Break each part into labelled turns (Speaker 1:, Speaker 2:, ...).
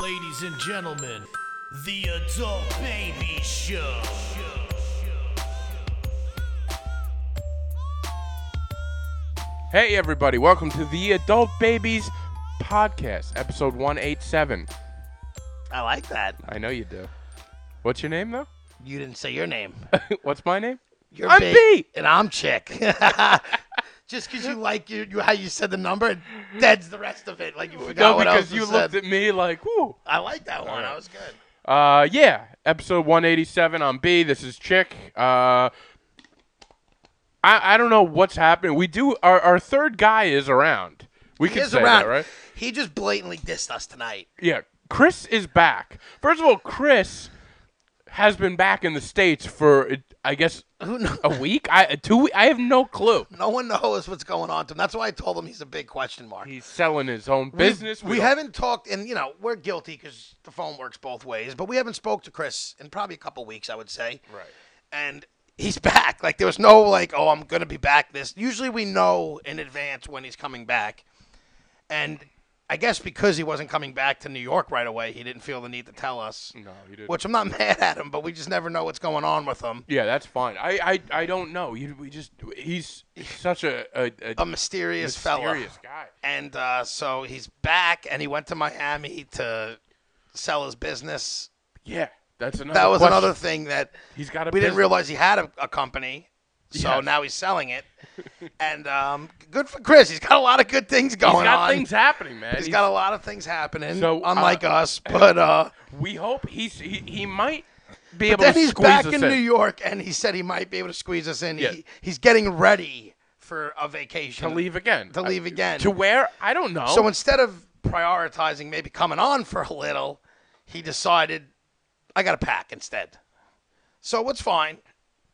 Speaker 1: Ladies and gentlemen, the Adult Baby Show.
Speaker 2: Hey, everybody, welcome to the Adult Babies Podcast, episode 187.
Speaker 3: I like that.
Speaker 2: I know you do. What's your name, though?
Speaker 3: You didn't say your name.
Speaker 2: What's my name?
Speaker 3: You're
Speaker 2: I'm
Speaker 3: big,
Speaker 2: B.
Speaker 3: and I'm Chick. Just because you like you, you how you said the number, that's the rest of it. Like you forgot
Speaker 2: No,
Speaker 3: what else
Speaker 2: because
Speaker 3: was
Speaker 2: you
Speaker 3: said.
Speaker 2: looked at me like, whoo.
Speaker 3: I like that one. That was good.
Speaker 2: Uh, yeah, episode 187. I'm B. This is Chick. Uh, I, I don't know what's happening. We do, our, our third guy is around. We
Speaker 3: He
Speaker 2: can
Speaker 3: is
Speaker 2: say
Speaker 3: around.
Speaker 2: that, right?
Speaker 3: He just blatantly dissed us tonight.
Speaker 2: Yeah, Chris is back. First of all, Chris has been back in the states for uh, I guess
Speaker 3: Who knows?
Speaker 2: a week. I two. we- I have no clue.
Speaker 3: No one knows what's going on to him. That's why I told him he's a big question mark.
Speaker 2: He's selling his own business.
Speaker 3: We,
Speaker 2: don't-
Speaker 3: haven't talked, and you know we're guilty because the phone works both ways. But we haven't spoke to Chris in probably a couple weeks, I would say.
Speaker 2: Right.
Speaker 3: And he's back. Like there was no like, oh, I'm gonna be back. This usually we know in advance when he's coming back. And I guess because he wasn't coming back to New York right away, he didn't feel the need to tell us.
Speaker 2: No, he didn't.
Speaker 3: Which I'm not mad at him, but we just never know what's going on with him.
Speaker 2: Yeah, that's fine. I I, I don't know. You, we just he's such a a, a
Speaker 3: A mysterious, fella.
Speaker 2: mysterious guy.
Speaker 3: And uh, so he's back, and he went to Miami to sell his business.
Speaker 2: Yeah, that's another.
Speaker 3: That was
Speaker 2: question.
Speaker 3: another thing that
Speaker 2: He's got a.
Speaker 3: we didn't
Speaker 2: business.
Speaker 3: realize he had a, a company, so
Speaker 2: Yes.
Speaker 3: now he's selling it. and um, good for Chris. He's got a lot of good things going
Speaker 2: He's got
Speaker 3: on.
Speaker 2: things happening, man.
Speaker 3: he's
Speaker 2: He's-
Speaker 3: got a lot of things happening,
Speaker 2: So, uh,
Speaker 3: unlike us. But uh,
Speaker 2: we hope he's he, he might be able
Speaker 3: then
Speaker 2: to
Speaker 3: he's
Speaker 2: squeeze
Speaker 3: back
Speaker 2: us
Speaker 3: in,
Speaker 2: in,
Speaker 3: New York, and he said he might be able to squeeze us in.
Speaker 2: Yeah.
Speaker 3: He, he's getting ready for a vacation
Speaker 2: to leave again.
Speaker 3: To leave again.
Speaker 2: to where I don't know.
Speaker 3: So instead of prioritizing maybe coming on for a little, he decided I got to pack instead. So it's fine.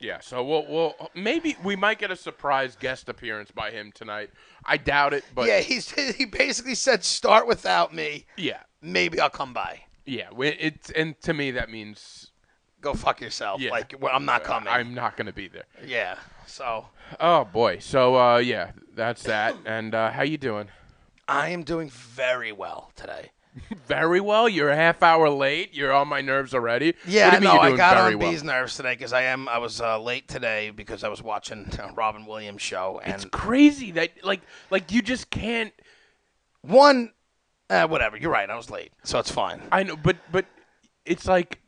Speaker 2: Yeah, so we'll, we'll maybe we might get a surprise guest appearance by him tonight. I doubt it, but
Speaker 3: yeah, he's he basically said start without me.
Speaker 2: yeah,
Speaker 3: Maybe I'll come by.
Speaker 2: yeah. we- It's and to me that means
Speaker 3: Go fuck yourself.
Speaker 2: Yeah.
Speaker 3: Like well, I'm not coming.
Speaker 2: I'm not going to be there.
Speaker 3: yeah. So
Speaker 2: Oh boy, so uh, yeah, that's that. And uh, how you doing?
Speaker 3: I am doing very well today.
Speaker 2: Very well. You're a half hour late. You're on my nerves already. what
Speaker 3: Yeah,
Speaker 2: do
Speaker 3: I
Speaker 2: you mean
Speaker 3: know.
Speaker 2: you're
Speaker 3: I
Speaker 2: doing
Speaker 3: got
Speaker 2: very
Speaker 3: on
Speaker 2: well?
Speaker 3: these nerves today because I am. I was uh, late today because I was watching uh, Robin Williams show and
Speaker 2: It's crazy that like like you just can't.
Speaker 3: one. Uh, whatever. You're right. I was late, so it's fine.
Speaker 2: I know, but but it's like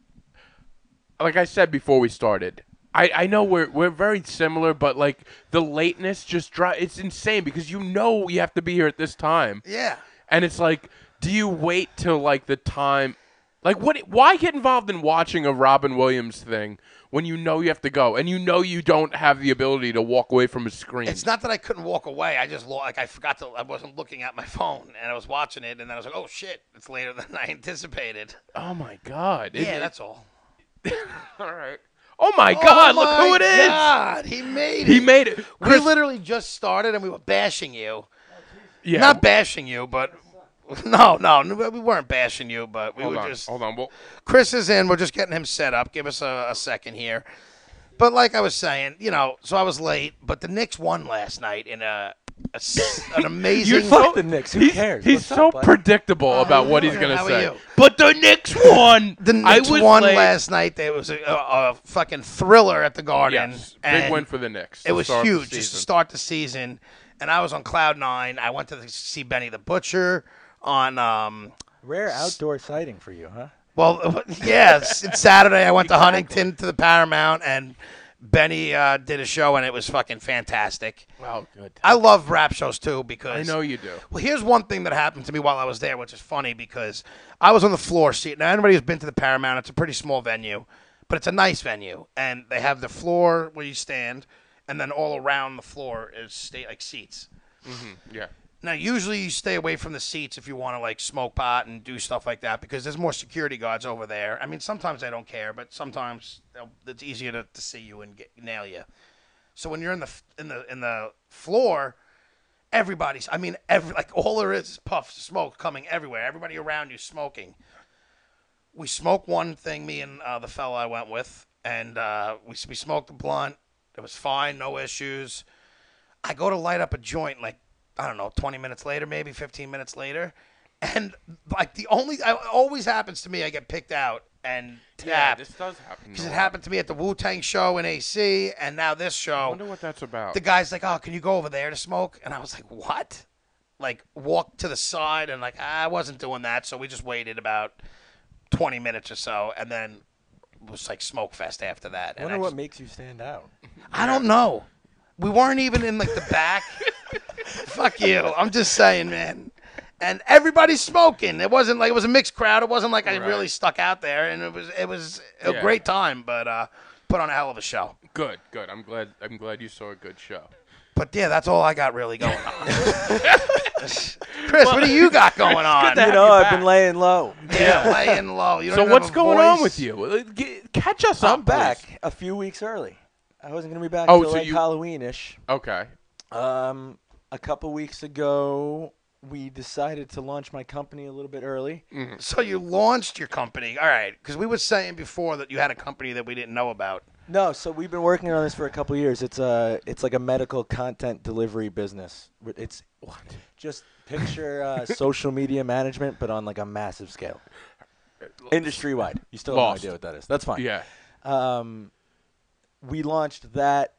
Speaker 2: like I said before we started. I, I know we're we're very similar, but like the lateness just dri It's insane because you know you have to be here at this time,
Speaker 3: Yeah.
Speaker 2: and it's like, do you wait till like the time? Like what? Why get involved in watching a Robin Williams thing when you know you have to go and you know you don't have the ability to walk away from a screen?
Speaker 3: It's not that I couldn't walk away. I just lo- like I forgot to. I wasn't looking at my phone, and I was watching it, and then I was like, "Oh shit, it's later than I anticipated."
Speaker 2: oh my god! It-
Speaker 3: yeah, that's all.
Speaker 2: all right. Oh my god! look who it is!
Speaker 3: God, he made it.
Speaker 2: He made it.
Speaker 3: We
Speaker 2: Chris-
Speaker 3: literally just started, and we were bashing you.
Speaker 2: yeah.
Speaker 3: Not bashing you, but no, no, no, we weren't bashing you, but we
Speaker 2: Hold
Speaker 3: were
Speaker 2: on,
Speaker 3: just.
Speaker 2: hold on. Well,
Speaker 3: Chris is in. We're just getting him set up. Give us a, a second here. But like I was saying, you know, so I was late, but the Knicks won last night in a, a s- an amazing.
Speaker 4: Fuck the Knicks. Who
Speaker 2: he's,
Speaker 4: cares?
Speaker 2: he's
Speaker 4: What's
Speaker 2: so
Speaker 4: up, bud?
Speaker 2: predictable about what he's gonna
Speaker 3: Oh, How are
Speaker 2: say.
Speaker 3: you?
Speaker 2: But the Knicks won.
Speaker 3: The Knicks
Speaker 2: I was
Speaker 3: won
Speaker 2: late.
Speaker 3: last night. There was a, a, a fucking thriller at the Garden.
Speaker 2: Yes, big
Speaker 3: and
Speaker 2: win for the Knicks.
Speaker 3: It was huge just to start the season, and I was on cloud nine. I went to the, see Benny the Butcher on. Um,
Speaker 4: Rare outdoor sighting for you, huh?
Speaker 3: well, yes, it's Saturday. I went to Huntington to the Paramount, and Benny uh, did a show, and it was fucking fantastic.
Speaker 2: Wow, good.
Speaker 3: I love rap shows too because
Speaker 2: I know you do.
Speaker 3: Well, here's one thing that happened to me while I was there, which is funny because I was on the floor seat. Now, anybody who's been to the Paramount, it's a pretty small venue, but it's a nice venue, and they have the floor where you stand, and then all around the floor is state like seats.
Speaker 2: Yeah.
Speaker 3: Now, usually you stay away from the seats if you want to like smoke pot and do stuff like that because there's more security guards over there. I mean, sometimes they don't care, but sometimes they'll- it's easier to, to see you and get, nail you. So when you're in the f- in the in the floor, everybody's. I mean, every like all there is is puffs of smoke coming everywhere. Everybody around you smoking. We smoked one thing. Me and uh, the fellow I went with, and uh, we we smoked a blunt. It was fine, no issues. I go to light up a joint like I don't know, 20 minutes later, maybe 15 minutes later, and like the only I, it always happens to me. I get picked out and
Speaker 2: Yeah,
Speaker 3: tapped
Speaker 2: this does happen.
Speaker 3: because
Speaker 2: a
Speaker 3: it
Speaker 2: lot.
Speaker 3: happened to me at the Wu Tang show in AC, and now this
Speaker 2: I
Speaker 3: show.
Speaker 2: wonder what that's about.
Speaker 3: The guy's like, "Oh, can you go over there to smoke?" And I was like, "What?" Like walked to the side and like I wasn't doing that, so we just waited about twenty minutes or so, and then it was like smoke fest after that.
Speaker 4: I
Speaker 3: And
Speaker 4: wonder
Speaker 3: I,
Speaker 4: what
Speaker 3: just-
Speaker 4: makes you stand out.
Speaker 3: I don't know. We weren't even in like the back. Fuck you. I'm just saying, man. And everybody's smoking. It wasn't like it was a mixed crowd. It wasn't like I
Speaker 2: Right.
Speaker 3: really stuck out there, and it was it was a
Speaker 2: Yeah.
Speaker 3: great time. But uh, put on a hell of a show.
Speaker 2: good, good. I'm glad. I'm glad you saw a good show.
Speaker 3: But yeah, that's all I got really going on. Chris, what do you got going
Speaker 2: to
Speaker 3: on?
Speaker 4: You
Speaker 2: have
Speaker 4: know,
Speaker 2: you
Speaker 4: I've
Speaker 2: back.
Speaker 4: been laying low.
Speaker 3: yeah, laying low. You don't
Speaker 2: So
Speaker 3: even have
Speaker 2: what's
Speaker 3: a
Speaker 2: going
Speaker 3: voice.
Speaker 2: on with you? Uh, g- Catch us up.
Speaker 4: I'm back
Speaker 2: please.
Speaker 4: a few weeks early. I wasn't gonna be back
Speaker 2: Oh,
Speaker 4: till
Speaker 2: so
Speaker 4: like
Speaker 2: you-
Speaker 4: Halloween ish.
Speaker 2: Okay.
Speaker 4: Um, a couple weeks ago, we decided to launch my company a little bit early.
Speaker 3: So you launched your company. All right, because we were saying before that you had a company that we didn't know about.
Speaker 4: No, so we've been working on this for a couple years. It's a, it's like a medical content delivery business. Wh- It's just picture uh, social media management, but on like a massive scale, industry wide. You still have
Speaker 2: Lost.
Speaker 4: no idea what that is. That's fine.
Speaker 2: Yeah.
Speaker 4: Um, we launched that.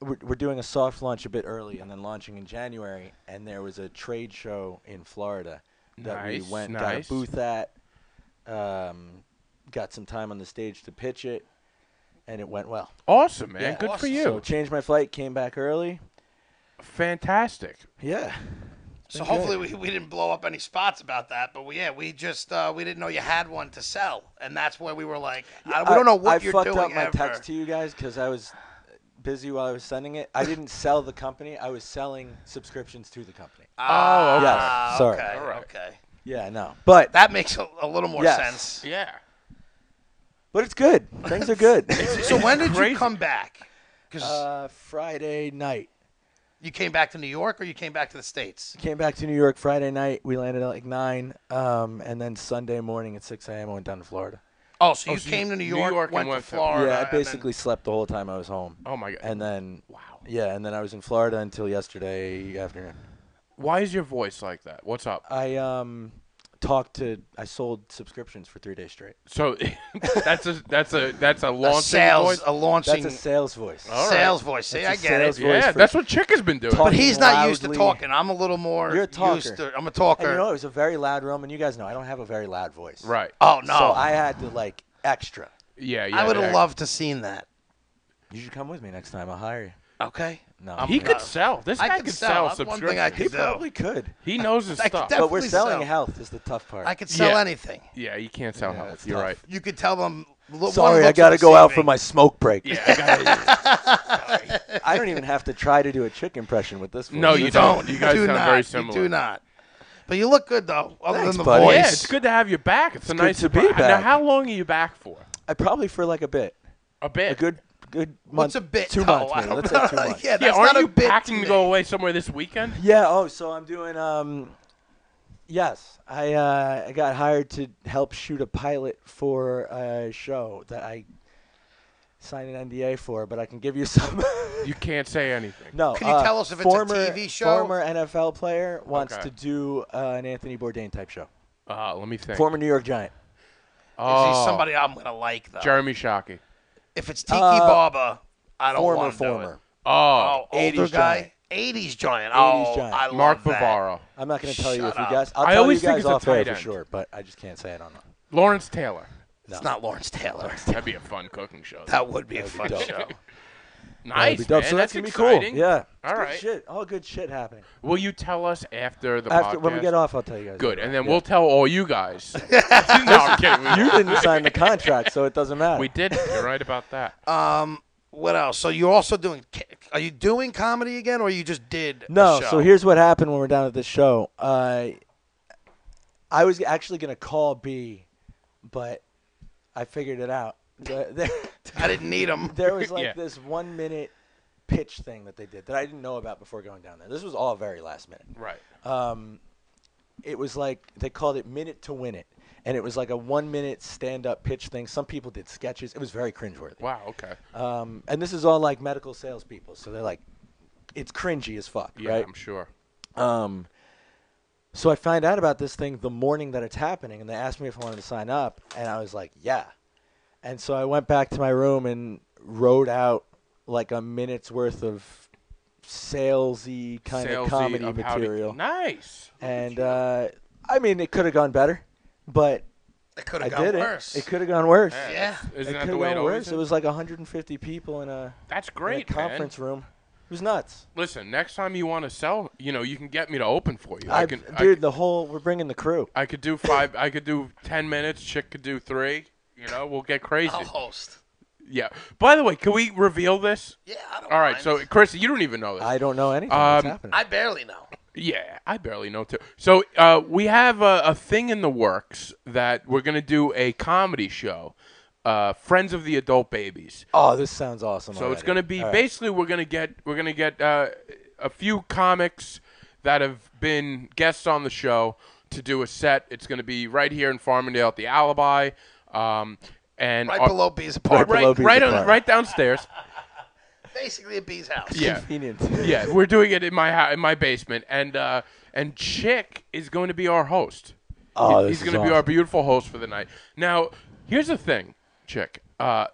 Speaker 4: We're, we're doing a soft launch a bit early, and then launching in January. And there was a trade show in Florida that
Speaker 2: Nice,
Speaker 4: we went
Speaker 2: nice.
Speaker 4: got a booth at. Um, got some time on the stage to pitch it, and it went well.
Speaker 2: Awesome, man.
Speaker 4: Yeah.
Speaker 2: Good for
Speaker 3: Awesome.
Speaker 2: you.
Speaker 4: So changed my flight, came back early.
Speaker 2: Fantastic.
Speaker 4: Yeah.
Speaker 3: So hopefully we, we didn't blow up any spots about that. But we, yeah, we just uh, we didn't know you had one to sell, and that's where we were like, I, we don't know what
Speaker 4: I
Speaker 3: you're
Speaker 4: fucked
Speaker 3: doing.
Speaker 4: up my
Speaker 3: ever.
Speaker 4: text to you guys because I was busy while I was sending it. I didn't sell the company. I was selling subscriptions to the company.
Speaker 3: Ah,
Speaker 2: okay.
Speaker 4: Yes, sorry.
Speaker 3: Okay,
Speaker 2: All right.
Speaker 3: okay.
Speaker 4: Yeah, no, but
Speaker 3: That makes a, a little more
Speaker 4: Yes.
Speaker 3: sense.
Speaker 2: Yeah.
Speaker 4: but it's good. Things are good.
Speaker 3: So when did
Speaker 2: Crazy.
Speaker 3: you come back? Because
Speaker 4: uh, Friday night.
Speaker 3: you came back to New York, or you came back to the states.
Speaker 4: Came back to New York Friday night. We landed at like nine, um, and then Sunday morning at six a.m. I went down to Florida.
Speaker 3: Oh, so you
Speaker 2: so you-
Speaker 3: came to New
Speaker 2: New
Speaker 3: York,
Speaker 2: York and
Speaker 3: went,
Speaker 2: went
Speaker 3: to
Speaker 2: to-
Speaker 3: Florida.
Speaker 4: yeah, I
Speaker 3: and then-
Speaker 4: basically slept the whole time I was home.
Speaker 2: Oh my god.
Speaker 4: And then
Speaker 2: wow.
Speaker 4: yeah, and then I was in Florida until yesterday afternoon.
Speaker 2: Why is your voice like that? What's up?
Speaker 4: I um talked to I sold subscriptions for three days straight.
Speaker 2: So that's a that's a that's a
Speaker 3: a
Speaker 2: launching
Speaker 3: sales,
Speaker 2: voice.
Speaker 3: a launching
Speaker 4: That's a sales voice.
Speaker 2: right.
Speaker 3: sales voice. See, I
Speaker 4: That's a
Speaker 3: get
Speaker 4: sales
Speaker 3: it.
Speaker 4: voice
Speaker 2: yeah,
Speaker 4: for-
Speaker 2: that's what Chick has been doing.
Speaker 4: Talk-
Speaker 3: But he's not used to
Speaker 4: Loudly.
Speaker 3: talking. I'm a little more
Speaker 4: You're a talker.
Speaker 3: used to. I'm a
Speaker 4: And
Speaker 3: talker.
Speaker 4: you know it was a very loud room, and you guys know I don't have a very loud voice.
Speaker 2: right.
Speaker 3: oh no,
Speaker 4: So I
Speaker 3: I,
Speaker 4: had to like extra.
Speaker 2: Yeah, yeah.
Speaker 3: would
Speaker 2: yeah.
Speaker 3: have loved to seen that.
Speaker 4: You should come with me next time. I'll hire you.
Speaker 3: Okay,
Speaker 4: No,
Speaker 2: He
Speaker 4: I'm-
Speaker 2: could sell. This
Speaker 3: Uh, I
Speaker 2: guy
Speaker 3: could
Speaker 2: could
Speaker 3: sell.
Speaker 2: sell,
Speaker 3: That's one
Speaker 2: subscriptions.
Speaker 3: thing I could
Speaker 4: he
Speaker 3: do.
Speaker 4: probably could.
Speaker 2: He knows his
Speaker 3: I could
Speaker 2: stuff.
Speaker 3: def-
Speaker 4: But we're
Speaker 3: Definitely
Speaker 4: selling
Speaker 3: sell.
Speaker 4: health is the tough part.
Speaker 3: I could sell
Speaker 2: Yeah.
Speaker 3: anything.
Speaker 2: yeah, you can't sell
Speaker 4: Yeah,
Speaker 2: health.
Speaker 4: it's
Speaker 2: You're
Speaker 4: tough.
Speaker 2: right.
Speaker 3: You could tell them. "Look, one
Speaker 4: Sorry, I
Speaker 3: looks
Speaker 4: got to
Speaker 3: on
Speaker 4: go out
Speaker 3: CV."
Speaker 4: for my smoke break.
Speaker 2: Yeah. I gotta-
Speaker 4: I don't even have to try to do a chick impression with this. voice.
Speaker 2: No,
Speaker 3: You
Speaker 2: Oh, you
Speaker 3: don't.
Speaker 2: You guys
Speaker 3: do
Speaker 2: sound
Speaker 3: not.
Speaker 2: very
Speaker 3: You do
Speaker 2: similar.
Speaker 3: not. But you look good though. Other
Speaker 4: Thanks,
Speaker 3: than the
Speaker 4: buddy.
Speaker 3: voice.
Speaker 2: Oh, yeah, it's good to have you back. It's, a
Speaker 4: good
Speaker 2: nice
Speaker 4: to be
Speaker 2: surprise. Now,
Speaker 4: back.
Speaker 2: how long are you back for?
Speaker 4: I probably for like a bit,
Speaker 2: A bit.
Speaker 4: a good, good
Speaker 3: What's
Speaker 4: month.
Speaker 3: a bit?
Speaker 4: Two
Speaker 3: though?
Speaker 4: months.
Speaker 3: I
Speaker 4: Maybe.
Speaker 3: don't
Speaker 4: Let's
Speaker 3: know.
Speaker 4: say two months.
Speaker 3: Yeah,
Speaker 2: yeah,
Speaker 3: that's
Speaker 2: aren't
Speaker 3: not
Speaker 2: you
Speaker 3: a bit
Speaker 2: packing to
Speaker 3: me.
Speaker 2: go away somewhere this weekend?
Speaker 4: Yeah. Oh, so I'm doing. Um, yes, I uh, I got hired to help shoot a pilot for a show that I signed an NDA for, but I can give you some.
Speaker 2: You can't say anything.
Speaker 4: no.
Speaker 3: Can you
Speaker 4: uh,
Speaker 3: tell us if it's a
Speaker 4: former,
Speaker 3: TV show?
Speaker 4: Former NFL player wants
Speaker 2: Okay.
Speaker 4: to do uh, an Anthony Bourdain type show.
Speaker 2: Uh, let me think.
Speaker 4: Former New York Giant.
Speaker 3: Is he
Speaker 2: oh,
Speaker 3: somebody I'm gonna like though?
Speaker 2: Jeremy Shockey.
Speaker 3: If it's Tiki
Speaker 4: Uh,
Speaker 3: Baba, I don't
Speaker 4: former
Speaker 3: want to
Speaker 4: former.
Speaker 3: do it.
Speaker 2: Oh,
Speaker 3: Oh, older
Speaker 4: 80s
Speaker 3: guy.
Speaker 4: giant.
Speaker 3: 80s giant.
Speaker 4: 80s
Speaker 3: oh,
Speaker 4: giant.
Speaker 3: I love
Speaker 2: Mark
Speaker 3: that.
Speaker 2: Bavaro.
Speaker 4: I'm not going to tell you
Speaker 3: Shut
Speaker 4: if you
Speaker 3: up.
Speaker 4: guys. I'll
Speaker 2: I
Speaker 4: tell
Speaker 2: always
Speaker 4: you
Speaker 2: think it's
Speaker 4: guys
Speaker 2: a
Speaker 4: off air
Speaker 2: tight
Speaker 4: for
Speaker 2: end.
Speaker 4: sure, but I just can't say it on.
Speaker 2: Lawrence Taylor.
Speaker 3: It's not Lawrence Taylor.
Speaker 2: That'd be a fun cooking show.
Speaker 3: That would be a
Speaker 4: That'd
Speaker 3: fun
Speaker 4: be dope.
Speaker 3: show.
Speaker 2: nice,
Speaker 4: That'd be dope.
Speaker 2: man.
Speaker 4: So
Speaker 2: that's
Speaker 4: that's gonna be
Speaker 2: exciting.
Speaker 4: cool. Yeah.
Speaker 2: All
Speaker 4: All right.
Speaker 2: right.
Speaker 4: Shit. All good shit happening.
Speaker 2: Will you tell us after the
Speaker 4: After
Speaker 2: podcast?
Speaker 4: when we get off, I'll tell you guys.
Speaker 2: Good, and then we'll tell all you guys. no, I'm kidding. We,
Speaker 4: You didn't sign the contract, so it doesn't matter.
Speaker 2: we did. You're right about that.
Speaker 4: Uh,
Speaker 3: Um, what else? So you're also doing? Are you doing comedy again, or you just did? a
Speaker 4: no.
Speaker 3: show?
Speaker 4: So here's what happened when we we're down at this show. Uh, I was actually gonna call B, but I figured it out. The- There,
Speaker 3: I didn't need him.
Speaker 4: there was like
Speaker 2: Yeah.
Speaker 4: this one minute pitch thing that they did that I didn't know about before going down there. This was all very last minute.
Speaker 2: Right.
Speaker 4: it was like they called it minute to win it and it was like a one minute stand up pitch thing some people did sketches it was very cringeworthy
Speaker 2: Wow. Okay.
Speaker 4: um, and this is all like medical salespeople so they're like it's cringy as fuck
Speaker 2: Yeah,
Speaker 4: right
Speaker 2: I'm sure.
Speaker 4: um, So I find out about this thing the morning that it's happening, and they asked me if I wanted to sign up, and I was like, yeah. And so I went back to my room and wrote out like a minute's worth of salesy kind
Speaker 2: Salesy
Speaker 4: of comedy
Speaker 2: of how to-
Speaker 4: material.
Speaker 2: nice.
Speaker 4: and uh, I mean, it could have gone better, but
Speaker 3: It could
Speaker 4: I
Speaker 3: have gone
Speaker 4: did
Speaker 3: worse.
Speaker 4: it. It could have gone worse.
Speaker 3: Yeah.
Speaker 2: Isn't
Speaker 4: it
Speaker 2: that
Speaker 4: could
Speaker 2: the
Speaker 4: have
Speaker 2: way it
Speaker 4: gone
Speaker 2: always
Speaker 4: worse.
Speaker 2: is?
Speaker 4: It was like 150 people in a,
Speaker 2: That's
Speaker 4: in a
Speaker 2: great, man.
Speaker 4: conference room. It was nuts.
Speaker 2: Listen, next time you want to sell, you know, you can get me to open for you. I
Speaker 4: I,
Speaker 2: can,
Speaker 4: dude,
Speaker 2: I,
Speaker 4: the whole we're bringing the crew.
Speaker 2: I could do five. I could do ten minutes. Chick could do three. You know, we'll get crazy.
Speaker 3: I'll
Speaker 4: Oh.
Speaker 3: host.
Speaker 2: Yeah. By the way, can we reveal this?
Speaker 3: Yeah, I don't
Speaker 2: All right.
Speaker 3: mind.
Speaker 2: So, Chris, you don't even know this.
Speaker 4: I don't know anything that's
Speaker 2: Um,
Speaker 4: happening.
Speaker 3: I barely know.
Speaker 2: Yeah, I barely know too. So uh, we have a, a thing in the works that we're gonna do a comedy show, uh, Friends of the Adult Babies.
Speaker 4: oh, this sounds awesome.
Speaker 2: So it's
Speaker 4: already.
Speaker 2: gonna be
Speaker 4: All right.
Speaker 2: basically we're gonna get we're gonna get uh, a few comics that have been guests on the show to do a set. It's gonna be right here in Farmingdale at the Alibi, um, and
Speaker 3: Right
Speaker 2: uh,
Speaker 3: below B's
Speaker 2: right,
Speaker 3: apartment.
Speaker 4: below Bee's
Speaker 2: right, on,
Speaker 4: apartment.
Speaker 2: right downstairs.
Speaker 3: Basically at B's house.
Speaker 2: Yeah.
Speaker 4: convenient.
Speaker 2: yeah, we're doing it in my hou- in my basement, and uh, and Chick is going to be our host.
Speaker 4: Oh,
Speaker 2: He-
Speaker 4: this
Speaker 2: he's
Speaker 4: is
Speaker 2: gonna be our
Speaker 4: awesome.
Speaker 2: beautiful host for the night. Now, here's the thing, Chick. Uh,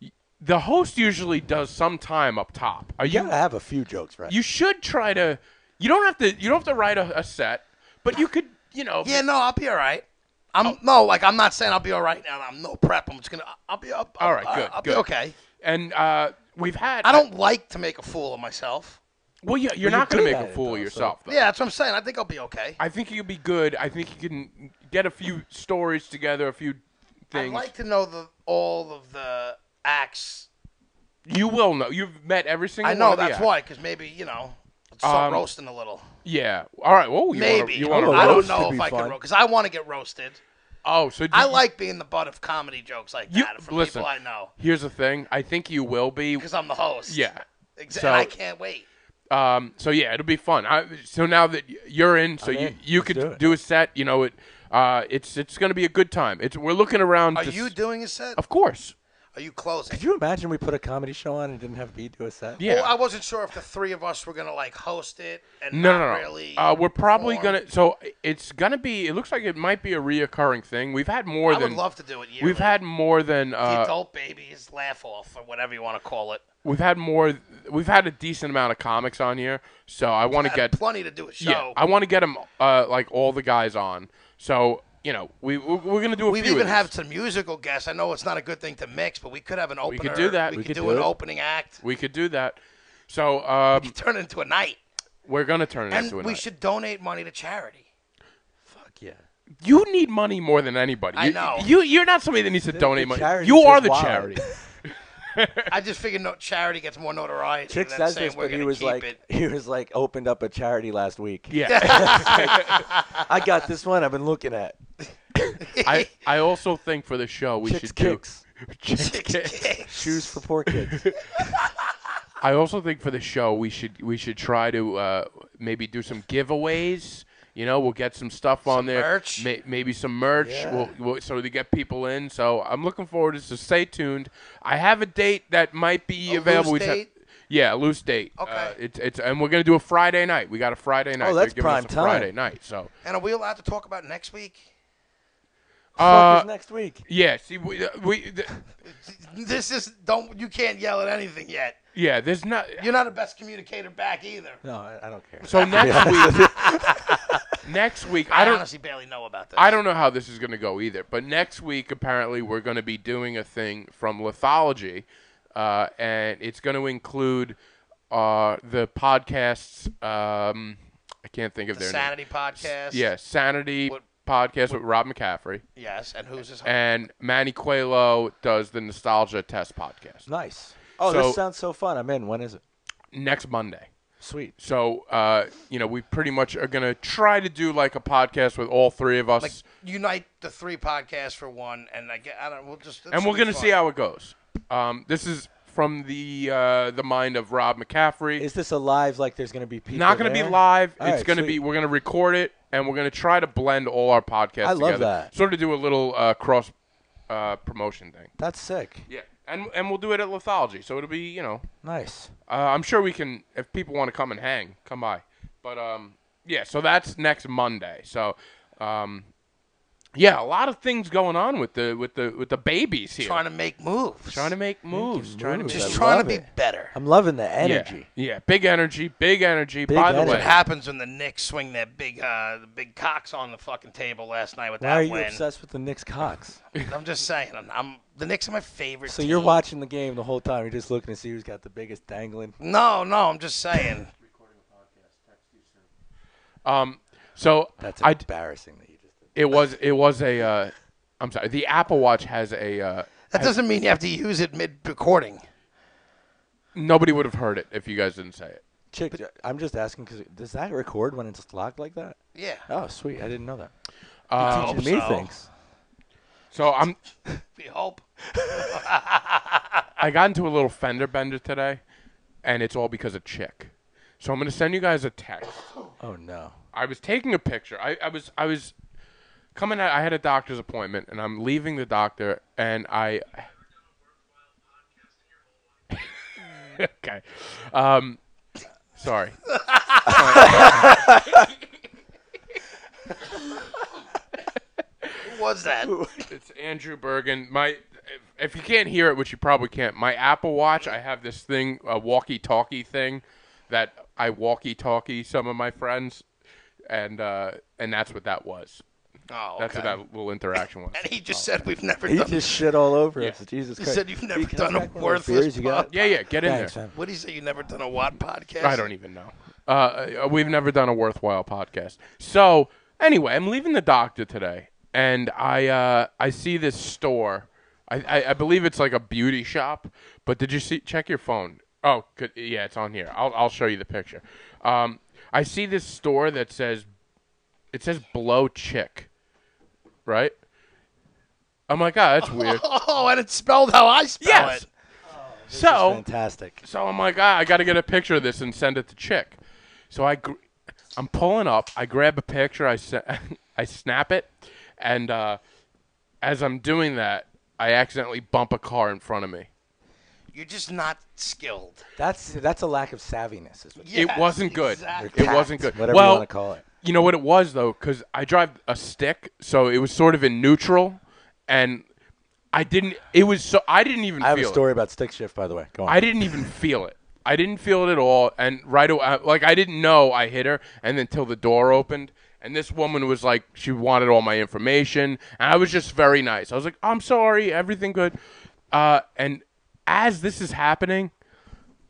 Speaker 2: y- the host usually does some time up top. Are
Speaker 4: You
Speaker 2: you?
Speaker 4: gotta have a few jokes, right?
Speaker 2: You should try to. You don't have to. You don't have to write a, a set, but you could. You know.
Speaker 3: Yeah, no, I'll be all right. I'm
Speaker 2: Oh.
Speaker 3: no, like I'm not saying I'll be all right now. I'm no prep. I'm just gonna. I'll be up.
Speaker 2: All right, good,
Speaker 3: I'll
Speaker 2: good.
Speaker 3: be okay.
Speaker 2: And uh, we've had.
Speaker 3: I don't like to make a fool of myself.
Speaker 2: Well, yeah, you're
Speaker 4: Well,
Speaker 2: not
Speaker 4: you
Speaker 2: gonna
Speaker 4: do
Speaker 2: make
Speaker 4: that,
Speaker 2: a fool
Speaker 4: though,
Speaker 2: of
Speaker 4: so-
Speaker 2: yourself. Though.
Speaker 3: Yeah, that's what I'm saying. I think I'll be okay.
Speaker 2: I think you could be good. I think you can get a few stories together, a few
Speaker 3: I'd
Speaker 2: things.
Speaker 3: like to know the all of the acts.
Speaker 2: you will know. You've met every single.
Speaker 3: I know
Speaker 2: one of the
Speaker 3: that's
Speaker 2: acts.
Speaker 3: why, because maybe you know, start
Speaker 2: Um,
Speaker 3: roasting a little.
Speaker 2: Yeah. All right. Well, you
Speaker 3: Maybe Oh,
Speaker 2: Wanna, you
Speaker 4: wanna
Speaker 3: I don't
Speaker 4: roast
Speaker 3: know
Speaker 4: would
Speaker 3: if
Speaker 4: be
Speaker 3: I can
Speaker 4: fun.
Speaker 3: roast because I want to get roasted.
Speaker 2: Oh, so do
Speaker 3: I
Speaker 2: you-
Speaker 3: like being the butt of comedy jokes like
Speaker 2: You-
Speaker 3: that from
Speaker 2: listen.
Speaker 3: people I know
Speaker 2: Here's the thing. I think you will be.
Speaker 3: because I'm the host.
Speaker 2: Yeah.
Speaker 3: exactly.
Speaker 2: So-
Speaker 3: I can't wait.
Speaker 2: Um. So yeah, it'll be fun. I, so now that y- you're in, so
Speaker 4: I'm
Speaker 2: you
Speaker 4: in.
Speaker 2: you
Speaker 4: Let's
Speaker 2: could
Speaker 4: do
Speaker 2: do,
Speaker 4: it.
Speaker 2: a set. You know it. Uh. It's it's gonna be a good time. It's we're looking around.
Speaker 3: Are
Speaker 2: to
Speaker 3: you Oh,
Speaker 2: s-
Speaker 3: doing a set?
Speaker 2: of course.
Speaker 3: Are you closing?
Speaker 4: Could you imagine we put a comedy show on and didn't have B do a set?
Speaker 2: Yeah.
Speaker 3: Well, I wasn't sure if the three of us were gonna like host it and
Speaker 2: no,
Speaker 3: not
Speaker 2: no, no.
Speaker 3: really.
Speaker 2: uh, we're probably
Speaker 3: perform.
Speaker 2: gonna. So it's gonna be. It looks like it might be a reoccurring thing. We've had more
Speaker 3: I
Speaker 2: than.
Speaker 3: would love to do it. Yearly.
Speaker 2: we've had more than.
Speaker 3: the
Speaker 2: Uh,
Speaker 3: adult babies laugh off or whatever you want to call it.
Speaker 2: we've had more. We've had a decent amount of comics on here. So I want to get
Speaker 3: Had plenty to do a show.
Speaker 2: Yeah, I want to get them uh, like all the guys on. So you know, we we're, we're gonna do a
Speaker 3: We've
Speaker 2: few. of
Speaker 3: even
Speaker 2: these.
Speaker 3: had some musical guests. I know it's not a good thing to mix, but we could have an opener.
Speaker 2: could do that.
Speaker 3: We,
Speaker 2: We
Speaker 3: could,
Speaker 2: could
Speaker 3: do,
Speaker 2: do
Speaker 3: an
Speaker 2: it.
Speaker 3: opening act.
Speaker 2: we could do that. So um,
Speaker 3: Turn it into a night,
Speaker 2: we're gonna turn it
Speaker 3: and
Speaker 2: into a
Speaker 3: we
Speaker 2: night.
Speaker 3: should donate money to charity.
Speaker 4: Fuck yeah.
Speaker 2: you need money more than anybody.
Speaker 3: I
Speaker 2: You-
Speaker 3: know.
Speaker 2: You you're not somebody that needs to donate
Speaker 4: the
Speaker 2: money.
Speaker 4: charity's
Speaker 2: You are
Speaker 4: just
Speaker 2: the
Speaker 4: wild.
Speaker 2: charity.
Speaker 3: I just figured no, charity gets more notoriety.
Speaker 4: Chick
Speaker 3: than
Speaker 4: says
Speaker 3: saying
Speaker 4: this,
Speaker 3: we're
Speaker 4: but he
Speaker 3: gonna
Speaker 4: was
Speaker 3: keep
Speaker 4: like,
Speaker 3: it.
Speaker 4: he was like, opened up a charity last week.
Speaker 2: Yeah.
Speaker 4: I got this one I've been looking at.
Speaker 2: I I also think for the show we
Speaker 4: Chicks
Speaker 2: should
Speaker 4: kicks.
Speaker 2: do Chicks Kicks.
Speaker 4: Shoes for poor kids.
Speaker 2: I also think for the show we should we should try to uh, maybe do some giveaways. You know, we'll get some stuff on there,
Speaker 3: merch.
Speaker 2: May, maybe some merch.
Speaker 4: Yeah.
Speaker 2: We'll, we'll, so to get people in. So I'm looking forward to. So stay tuned. I have a date that might be
Speaker 3: A
Speaker 2: available.
Speaker 3: loose
Speaker 2: We just have-
Speaker 3: date?
Speaker 2: yeah, a loose date.
Speaker 3: Okay.
Speaker 2: Uh, it's it's and we're gonna do a Friday night. We got a Friday night.
Speaker 4: that's
Speaker 2: They're giving us
Speaker 4: prime
Speaker 2: a
Speaker 4: time.
Speaker 2: Friday night. So
Speaker 3: And are we allowed to talk about next week?
Speaker 2: Uh,
Speaker 4: Fuckers next week.
Speaker 2: yeah, see we, uh, we th-
Speaker 3: This is don't. You can't yell at anything yet.
Speaker 2: yeah. There's not.
Speaker 3: You're not the best communicator back either.
Speaker 4: No, I, I don't care.
Speaker 2: So next week. next week I
Speaker 3: I,
Speaker 2: don't.
Speaker 3: honestly barely know about this.
Speaker 2: I don't know how this is going to go either, but next week apparently we're going to be doing a thing from Lithology, uh, and it's going to include uh, the podcasts. Um, I can't think of
Speaker 3: the
Speaker 2: their
Speaker 3: Sanity
Speaker 2: name.
Speaker 3: podcast.
Speaker 2: Yeah, Sanity
Speaker 3: What-
Speaker 2: podcast with Rob McCaffrey,
Speaker 3: Yes. And who's his?
Speaker 2: and Manny Quello does the Nostalgia Test podcast
Speaker 4: Nice. Oh,
Speaker 2: So-
Speaker 4: this sounds so fun. I'm in. When is it?
Speaker 2: next Monday.
Speaker 4: Sweet.
Speaker 2: So uh, you know we pretty much are going to try to do like a podcast with all three of us,
Speaker 3: like unite the three podcasts for one, and I get I don't. We'll just
Speaker 2: and we're gonna see how it goes. Um, this is from the uh, the mind of Rob McCaffrey.
Speaker 4: Is this a live? Like, there's gonna be people.
Speaker 2: not gonna
Speaker 4: there?
Speaker 2: be live.
Speaker 4: All
Speaker 2: it's
Speaker 4: right,
Speaker 2: gonna
Speaker 4: sweet.
Speaker 2: be we're gonna record it, and we're gonna try to blend all our podcasts.
Speaker 4: I love
Speaker 2: together,
Speaker 4: that.
Speaker 2: Sort of do a little uh, cross uh, promotion thing.
Speaker 4: That's sick.
Speaker 2: Yeah, and and we'll do it at Lithology. So it'll be you know
Speaker 4: Nice.
Speaker 2: uh, I'm sure we can if people want to come and hang, come by. But um, yeah, so that's next Monday. So, um, yeah, a lot of things going on with the with the with the babies here.
Speaker 3: Trying to make moves.
Speaker 2: Trying to make moves. Trying to
Speaker 4: moves.
Speaker 2: make
Speaker 3: just
Speaker 4: I
Speaker 3: trying to
Speaker 4: love
Speaker 3: be
Speaker 4: it.
Speaker 3: better.
Speaker 4: I'm loving the
Speaker 2: yeah,
Speaker 4: energy.
Speaker 2: Yeah, big energy, big energy.
Speaker 4: Big
Speaker 2: By the
Speaker 4: energy.
Speaker 2: way,
Speaker 3: What happens when the Knicks swing their big, uh, the big cocks on the fucking table last night with
Speaker 4: Why are
Speaker 3: that
Speaker 4: you
Speaker 3: win?
Speaker 4: obsessed with the Knicks Cox?
Speaker 3: I'm just saying, I'm, I'm the Knicks are my favorite.
Speaker 4: So you're
Speaker 3: team.
Speaker 4: watching the game the whole time. You're just looking to see who's got the biggest dangling.
Speaker 3: No, no, I'm just saying.
Speaker 2: um, so
Speaker 4: That's
Speaker 2: I
Speaker 4: embarrassing that you just did.
Speaker 2: it was it was a uh, I'm sorry, the Apple Watch has a uh,
Speaker 3: That doesn't mean you have to use it mid recording.
Speaker 2: nobody would have heard it if you guys didn't say it.
Speaker 4: Chick, I'm just asking because does that record when it's locked like that?
Speaker 3: Yeah.
Speaker 4: Oh, sweet. I didn't know that.
Speaker 2: Um,
Speaker 3: Hope
Speaker 4: Teaching me
Speaker 3: so.
Speaker 4: things.
Speaker 2: so I'm
Speaker 3: We hope.
Speaker 2: I got into a little fender bender today, and it's all because of chick. So I'm gonna send you guys a text.
Speaker 4: Oh, no.
Speaker 2: I was taking a picture. I, I was I was coming out. I had a doctor's appointment, and I'm leaving the doctor, and I. okay, um, sorry.
Speaker 3: Who was that? Oh,
Speaker 2: It's Andrew Bergen. My, if, if you can't hear it, which you probably can't, my Apple Watch. I have this thing, a walkie-talkie thing, that I walkie-talkie some of my friends, and uh, and that's what that was.
Speaker 3: Oh,
Speaker 2: That's Oh.
Speaker 3: okay.
Speaker 2: what that little interaction was.
Speaker 3: And he just said we've never
Speaker 4: He
Speaker 3: done.
Speaker 4: just shit all over
Speaker 2: Yeah.
Speaker 4: us. Jesus
Speaker 3: He
Speaker 4: Christ.
Speaker 3: said you've never
Speaker 4: Dude, can I
Speaker 3: done a
Speaker 4: crack one of those
Speaker 3: worthless
Speaker 4: beers you got?
Speaker 3: pod-
Speaker 2: Yeah, yeah. Get in
Speaker 4: Thanks,
Speaker 2: there.
Speaker 4: man.
Speaker 3: What do you say? You never done a Watt podcast?
Speaker 2: I don't even know. Uh, uh, we've never done a worthwhile podcast. So anyway, I'm leaving the doctor today, and I uh, I see this store. I, I, I believe it's like a beauty shop. But did you see? Check your phone. Oh, good, yeah, it's on here. I'll I'll show you the picture. Um, I see this store that says it says blow chick, right? I'm like, ah, that's weird.
Speaker 3: Oh, and it's spelled how I spell
Speaker 2: yes.
Speaker 3: it.
Speaker 2: so
Speaker 4: Fantastic.
Speaker 2: so I'm like, ah, I got to get a picture of this and send it to Chick. So I, gr- I'm pulling up. I grab a picture. I sa- I snap it, and uh, as I'm doing that, I accidentally bump a car in front of me.
Speaker 3: You're just not skilled.
Speaker 4: That's that's a lack of savviness. Is what
Speaker 2: it
Speaker 3: Yes,
Speaker 2: wasn't good.
Speaker 3: exactly.
Speaker 2: It wasn't good.
Speaker 4: Whatever
Speaker 2: well,
Speaker 4: you want to call it.
Speaker 2: You know what it was though, because I drive a stick, so it was sort of in neutral, and I didn't. It was so I didn't even.
Speaker 4: I have a
Speaker 2: feel it.
Speaker 4: story about stick shift, by the way. Go on.
Speaker 2: I didn't even feel it. I didn't feel it at all. And right away, like I didn't know I hit her, and until the door opened, and this woman was like, she wanted all my information, and I was just very nice. I was like, I'm sorry, everything good. Uh, and as this is happening,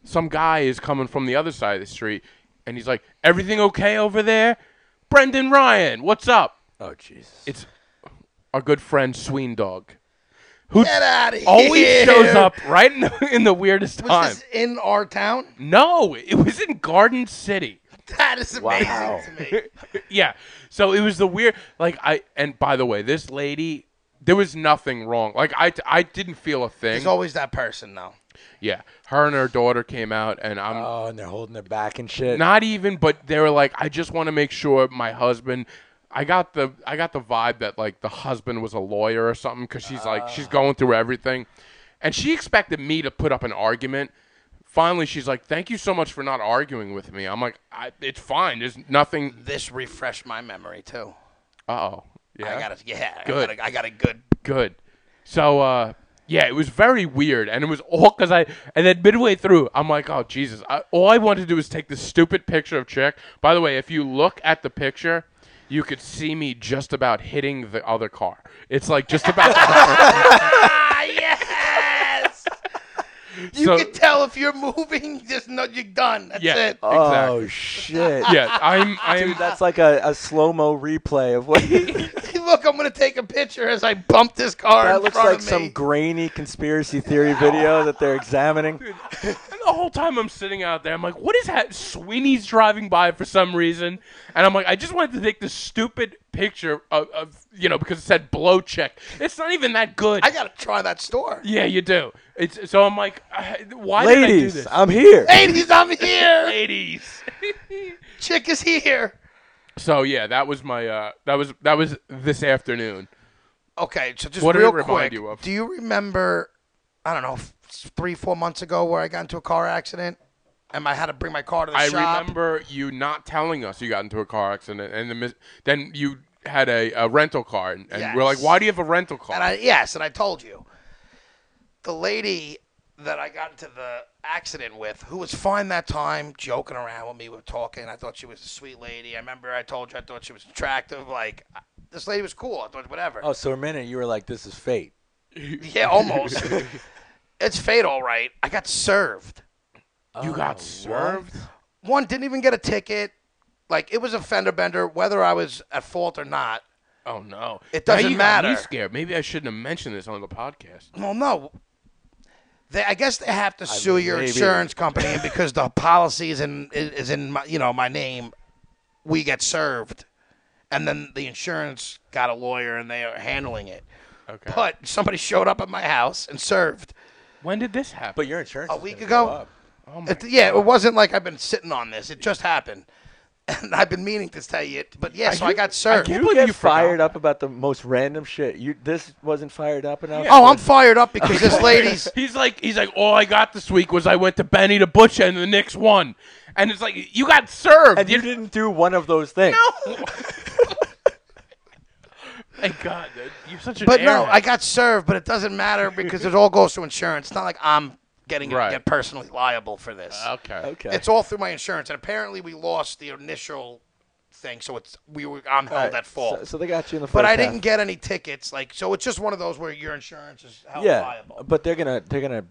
Speaker 2: some guy is coming from the other side of the street, and he's like, everything okay over there? Brendan Ryan, what's up?
Speaker 4: oh, Jesus.
Speaker 2: It's our good friend Sween Dog, who
Speaker 3: Get out of here.
Speaker 2: always shows up right in the, in the weirdest
Speaker 3: Was
Speaker 2: time.
Speaker 3: this in our town?
Speaker 2: No, it was in Garden City.
Speaker 3: That is amazing
Speaker 4: Wow.
Speaker 3: to me.
Speaker 2: Yeah. So it was the weird like I and by the way, this lady there was nothing wrong. Like I I didn't feel a thing.
Speaker 3: There's always that person, though.
Speaker 2: yeah. Her and her daughter came out and I'm
Speaker 4: oh, and they're holding their back and shit.
Speaker 2: not even but they were like I just want to make sure my husband I got the I got the vibe that like the husband was a lawyer or something cuz she's like she's going through everything. And she expected me to put up an argument. Finally, she's like, "Thank you so much for not arguing with me." I'm like, I, "It's fine. There's nothing
Speaker 3: This refreshed my memory too.
Speaker 2: Uh oh. Yeah.
Speaker 3: I got a yeah.
Speaker 2: Good.
Speaker 3: I got a, I got a good.
Speaker 2: Good. So uh yeah, it was very weird, and it was all because I. And then midway through, I'm like, "Oh Jesus!" I, all I wanted to do was take this stupid picture of Chick. By the way, if you look at the picture, you could see me just about hitting the other car. It's like just about.
Speaker 3: Ah yes. you
Speaker 2: So-
Speaker 3: can tell if you're moving. Just no, you're done. That's
Speaker 2: yeah,
Speaker 3: it.
Speaker 2: exactly.
Speaker 4: oh, shit.
Speaker 2: yeah, I'm. I'm.
Speaker 4: Dude, that's like a, a slow mo replay of what.
Speaker 3: Look, I'm gonna take a picture as I bump this car
Speaker 4: that
Speaker 3: in
Speaker 4: looks
Speaker 3: front
Speaker 4: like
Speaker 3: of
Speaker 4: some
Speaker 3: me.
Speaker 4: grainy conspiracy theory video that they're examining.
Speaker 2: And the whole time I'm sitting out there, I'm like, what is that? Sweeney's driving by for some reason. And I'm like, I just wanted to take this stupid picture of, of you know, because it said blow check. It's not even that good.
Speaker 3: I gotta try that store.
Speaker 2: yeah, you do. It's So I'm like, I- why did I do
Speaker 4: Ladies,
Speaker 2: this?
Speaker 4: I'm here.
Speaker 3: Ladies, I'm here.
Speaker 2: Ladies.
Speaker 3: Chick is here.
Speaker 2: so yeah, that was my, uh, that was, that was this afternoon.
Speaker 3: Okay, so just
Speaker 2: What did
Speaker 3: real
Speaker 2: it remind
Speaker 3: quick,
Speaker 2: you of?
Speaker 3: do you remember? I don't know, f- three, four months ago, where I got into a car accident. and I had to bring my car to the
Speaker 2: I
Speaker 3: shop.
Speaker 2: remember you not telling us you got into a car accident, and the, mis- then you had a, a rental car, and, and we're like,
Speaker 3: Yes.
Speaker 2: "Why do you have a rental car?"
Speaker 3: And I yes, and I told you, the lady that I got into the accident with, who was fine that time, joking around with me, we were talking. I thought she was a sweet lady. I remember I told you I thought she was attractive. Like I- this lady was cool. I thought whatever.
Speaker 4: Oh, so a minute you were like, this is fate.
Speaker 3: Yeah, almost. it's fate, all right. I got served.
Speaker 2: you
Speaker 3: Oh,
Speaker 2: got served.
Speaker 3: One didn't even get a ticket. Like it was a fender bender, whether I was at fault or not.
Speaker 2: Oh no!
Speaker 3: It
Speaker 2: Now
Speaker 3: doesn't
Speaker 2: you got me
Speaker 3: matter.
Speaker 2: scared. Maybe I shouldn't have mentioned this on the podcast.
Speaker 3: Well, no. They, I guess they have to sue your
Speaker 4: maybe.
Speaker 3: insurance company, and because the policy is in is in my, you know my name, we get served, and then the insurance got a lawyer and they are handling it.
Speaker 2: Okay.
Speaker 3: But somebody showed up at my house and served.
Speaker 2: when did this happen?
Speaker 4: But your insurance
Speaker 3: A
Speaker 4: is
Speaker 3: week
Speaker 4: gonna
Speaker 3: ago?
Speaker 4: go up.
Speaker 2: oh my
Speaker 3: It- yeah, it wasn't like I've been sitting on this; it just happened, and I've been meaning to tell you it. But yeah, so I
Speaker 2: you-
Speaker 3: got
Speaker 2: I
Speaker 3: served.
Speaker 2: can't
Speaker 4: You
Speaker 2: believe
Speaker 4: get
Speaker 2: you forgot
Speaker 4: fired
Speaker 2: that.
Speaker 4: up about the most random shit. You this wasn't fired up enough.
Speaker 3: Oh, I'm fired up because this lady's
Speaker 2: He's like, he's like, all I got this week was I went to Benny the Butcher and the Knicks won, and it's like you got served.
Speaker 4: and you didn't do one of those things.
Speaker 2: Thank God, dude. you're such an.
Speaker 3: But no,
Speaker 2: airhead.
Speaker 3: I got served, but it doesn't matter because it all goes to insurance. It's not like I'm getting
Speaker 2: Right.
Speaker 3: get personally liable for this.
Speaker 2: Okay.
Speaker 4: Uh, Okay.
Speaker 3: It's all through my insurance, and apparently we lost the initial thing, so it's we were I'm held
Speaker 4: All right,
Speaker 3: at fault.
Speaker 4: So, so they got you in the first
Speaker 3: but I
Speaker 4: half.
Speaker 3: didn't get any tickets, like so. It's just one of those where your insurance is held
Speaker 4: Yeah,
Speaker 3: liable.
Speaker 4: but they're gonna they're gonna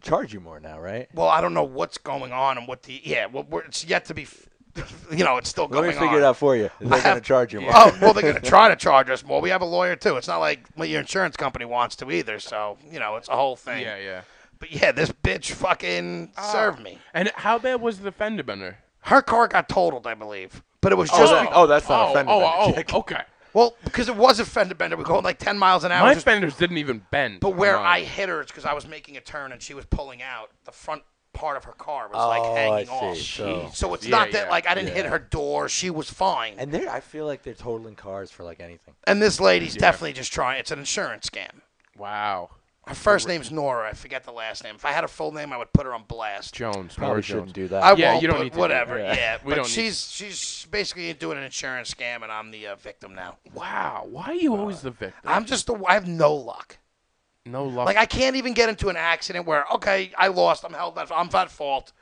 Speaker 4: charge you more now, right?
Speaker 3: Well, I don't know what's going on and what the yeah. Well, we're, it's yet to be. f- You know, it's still
Speaker 4: Let
Speaker 3: going
Speaker 4: me
Speaker 3: on.
Speaker 4: figure it out for you. They're gonna
Speaker 3: have-
Speaker 4: charge you more.
Speaker 3: Oh well, they're going to try to charge us more. We have a lawyer too. It's not like your insurance company wants to either. So you know, it's a whole thing.
Speaker 2: Yeah, yeah.
Speaker 3: But yeah, this bitch fucking served me.
Speaker 2: And how bad was the fender bender?
Speaker 3: Her car got totaled, I believe. But it was
Speaker 4: Oh,
Speaker 3: just
Speaker 4: that-
Speaker 3: be-
Speaker 4: oh, that's not a fender
Speaker 2: Oh,
Speaker 4: bender.
Speaker 2: oh, oh, okay.
Speaker 3: well because it was a fender bender. We're going like ten miles an hour.
Speaker 2: My
Speaker 3: just-
Speaker 2: fenders didn't even bend.
Speaker 3: but where
Speaker 2: on
Speaker 3: I
Speaker 2: mine.
Speaker 3: hit her, it's because I was making a turn and she was pulling out. The front part of her car was
Speaker 4: Oh,
Speaker 3: like hanging
Speaker 4: I
Speaker 3: off.
Speaker 4: see. So-
Speaker 3: So it's
Speaker 2: Yeah,
Speaker 3: not that
Speaker 2: yeah,
Speaker 3: like I didn't hit
Speaker 4: yeah.
Speaker 3: her door. She was fine. And,
Speaker 4: and they I feel like they're totaling cars for like anything.
Speaker 3: this lady's definitely just trying. It's an insurance scam.
Speaker 2: wow,
Speaker 3: Her first name's Nora. I forget the last name. If I had her full name, I would put her on blast.
Speaker 2: Jones,
Speaker 4: Probably
Speaker 2: Nora
Speaker 4: shouldn't
Speaker 2: Jones.
Speaker 4: do that.
Speaker 3: I
Speaker 2: Yeah,
Speaker 3: won't,
Speaker 2: you don't
Speaker 3: but
Speaker 2: need to do
Speaker 3: whatever.
Speaker 2: that.
Speaker 3: yeah,
Speaker 2: We
Speaker 3: but
Speaker 2: don't need
Speaker 3: she's she's basically doing an insurance scam, and I'm the uh, victim now.
Speaker 2: Wow, why are
Speaker 4: Uh,
Speaker 2: you always the victim?
Speaker 3: I'm just the I have no luck.
Speaker 2: no luck.
Speaker 3: Like I can't even get into an accident where okay, I lost. I'm held. At, I'm at fault.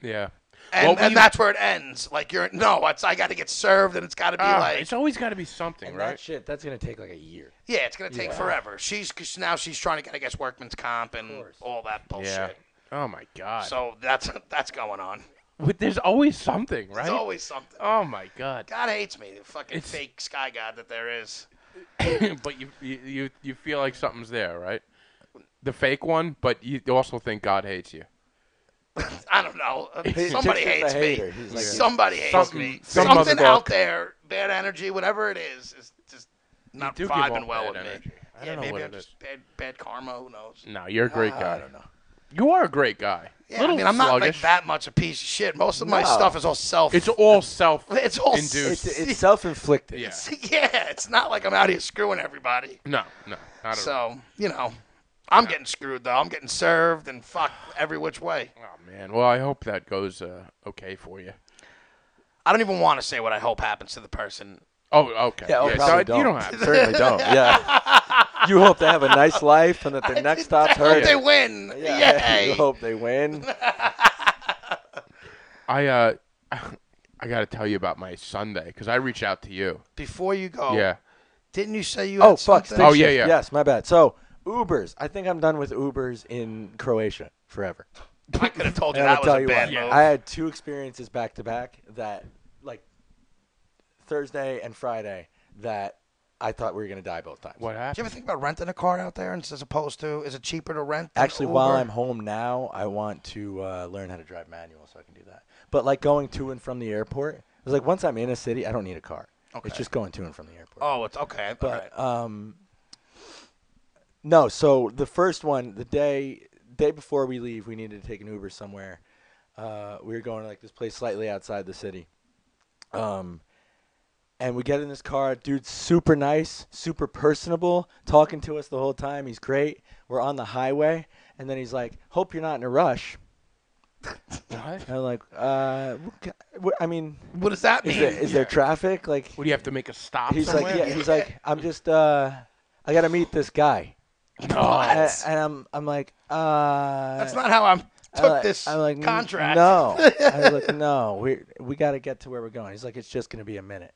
Speaker 2: yeah.
Speaker 3: And,
Speaker 2: What were
Speaker 3: and
Speaker 2: you-
Speaker 3: that's where it ends. Like you're no, it's I got to get served, and it's got to be
Speaker 2: Ah,
Speaker 3: like
Speaker 2: it's always got to be something,
Speaker 4: and
Speaker 2: right?
Speaker 4: that shit that's gonna take like a year.
Speaker 3: yeah, it's gonna take forever. She's cause now she's trying to get I guess workman's comp and all that
Speaker 2: yeah.
Speaker 3: bullshit.
Speaker 2: Oh my God.
Speaker 3: So that's that's going on.
Speaker 2: But there's always something, right?
Speaker 3: There's always something.
Speaker 2: Oh my God.
Speaker 3: God hates me, the fucking
Speaker 2: It's-
Speaker 3: fake sky god that there is.
Speaker 2: but you, you you you feel like something's there, right? The fake one, but you also think God hates you.
Speaker 3: I don't know. Somebody hates
Speaker 4: Chick's a
Speaker 3: me.
Speaker 4: hater. He's like,
Speaker 3: Somebody hates
Speaker 2: Something-
Speaker 3: me.
Speaker 2: some
Speaker 3: Something
Speaker 2: motherfucker.
Speaker 3: out there, bad energy, whatever it is, is just not
Speaker 2: do give
Speaker 3: vibing
Speaker 2: off
Speaker 3: well
Speaker 2: bad
Speaker 3: with
Speaker 2: energy.
Speaker 3: me.
Speaker 2: I don't
Speaker 3: yeah,
Speaker 2: know
Speaker 3: maybe
Speaker 2: what
Speaker 3: I'm
Speaker 2: it
Speaker 3: just Uh, bad, bad karma. Who knows?
Speaker 2: No, you're a great guy.
Speaker 4: I don't know.
Speaker 2: You are a great guy.
Speaker 3: Yeah,
Speaker 2: Little
Speaker 3: I mean, I'm not
Speaker 2: sluggish.
Speaker 3: like that much a piece of shit. Most of my
Speaker 4: No.
Speaker 3: stuff is all self.
Speaker 2: It's all self.
Speaker 3: It's all
Speaker 2: induced.
Speaker 4: It's it's self inflicted.
Speaker 2: yeah.
Speaker 3: yeah. It's not like I'm out here screwing everybody.
Speaker 2: No, no, not at all.
Speaker 3: So you know, I'm getting screwed though. I'm getting served and fucked every which way.
Speaker 2: Oh man. Well, I hope that goes uh, okay for you.
Speaker 3: I don't even want to say what I hope happens to the person.
Speaker 2: Oh, okay.
Speaker 4: Yeah, oh,
Speaker 2: so
Speaker 4: probably
Speaker 2: I-
Speaker 4: don't.
Speaker 2: You don't have. to.
Speaker 4: Certainly don't. Yeah. you hope they have a nice life and that their next stop's
Speaker 3: I hope
Speaker 4: hurt.
Speaker 3: they win.
Speaker 4: Yeah.
Speaker 3: Yay.
Speaker 4: You hope they win.
Speaker 2: I uh, I gotta tell you about my Sunday because I reached out to you.
Speaker 3: Before you go,
Speaker 2: Yeah.
Speaker 3: Didn't you say you? had
Speaker 4: Oh fuck!
Speaker 3: something?
Speaker 4: stick
Speaker 2: Oh, yeah,
Speaker 4: shift.
Speaker 2: yeah.
Speaker 4: Yes, my bad. So Ubers. I think I'm done with Ubers in Croatia forever.
Speaker 3: I could have told you
Speaker 4: And I'll
Speaker 3: that was
Speaker 4: tell
Speaker 3: a
Speaker 4: you
Speaker 3: bad
Speaker 4: what.
Speaker 3: move.
Speaker 4: I had two experiences back to back that, like, Thursday and Friday that I thought we were gonna die both times.
Speaker 2: What
Speaker 3: Do you
Speaker 2: happened?
Speaker 3: ever think about renting a car out there, and as opposed to, is it cheaper to rent? than
Speaker 4: Actually, while
Speaker 3: Uber?
Speaker 4: I'm home now, I want to uh, learn how to drive manual so I can do that. But like going to and from the airport, it was like once I'm in a city, I don't need a car. It's just going to and from the airport.
Speaker 3: oh, it's okay. all right.
Speaker 4: but um, no. So the first one, the day day before we leave, we needed to take an Uber somewhere. Uh, we were going to like this place slightly outside the city, um, and we get in this car. Dude's super nice, super personable, talking to us the whole time. He's great. We're on the highway, and then he's like, "Hope you're not in a rush."
Speaker 2: What?
Speaker 4: I'm like, uh, what ki- what- I mean,
Speaker 3: What does that
Speaker 4: is
Speaker 3: mean?
Speaker 4: there is there traffic? Like,
Speaker 2: What do you have to make a stop?
Speaker 4: he's
Speaker 2: somewhere?
Speaker 4: like, yeah, he's like, I'm just, uh, I gotta meet this guy,
Speaker 2: Oh,
Speaker 4: and, and I'm, I'm like, uh,
Speaker 3: That's not how I
Speaker 4: I'm
Speaker 3: took
Speaker 4: like-
Speaker 3: this
Speaker 4: I'm like, "N-
Speaker 3: contract.
Speaker 4: No, I was like, no, we we got to get to where we're going. He's like, it's just gonna be a minute.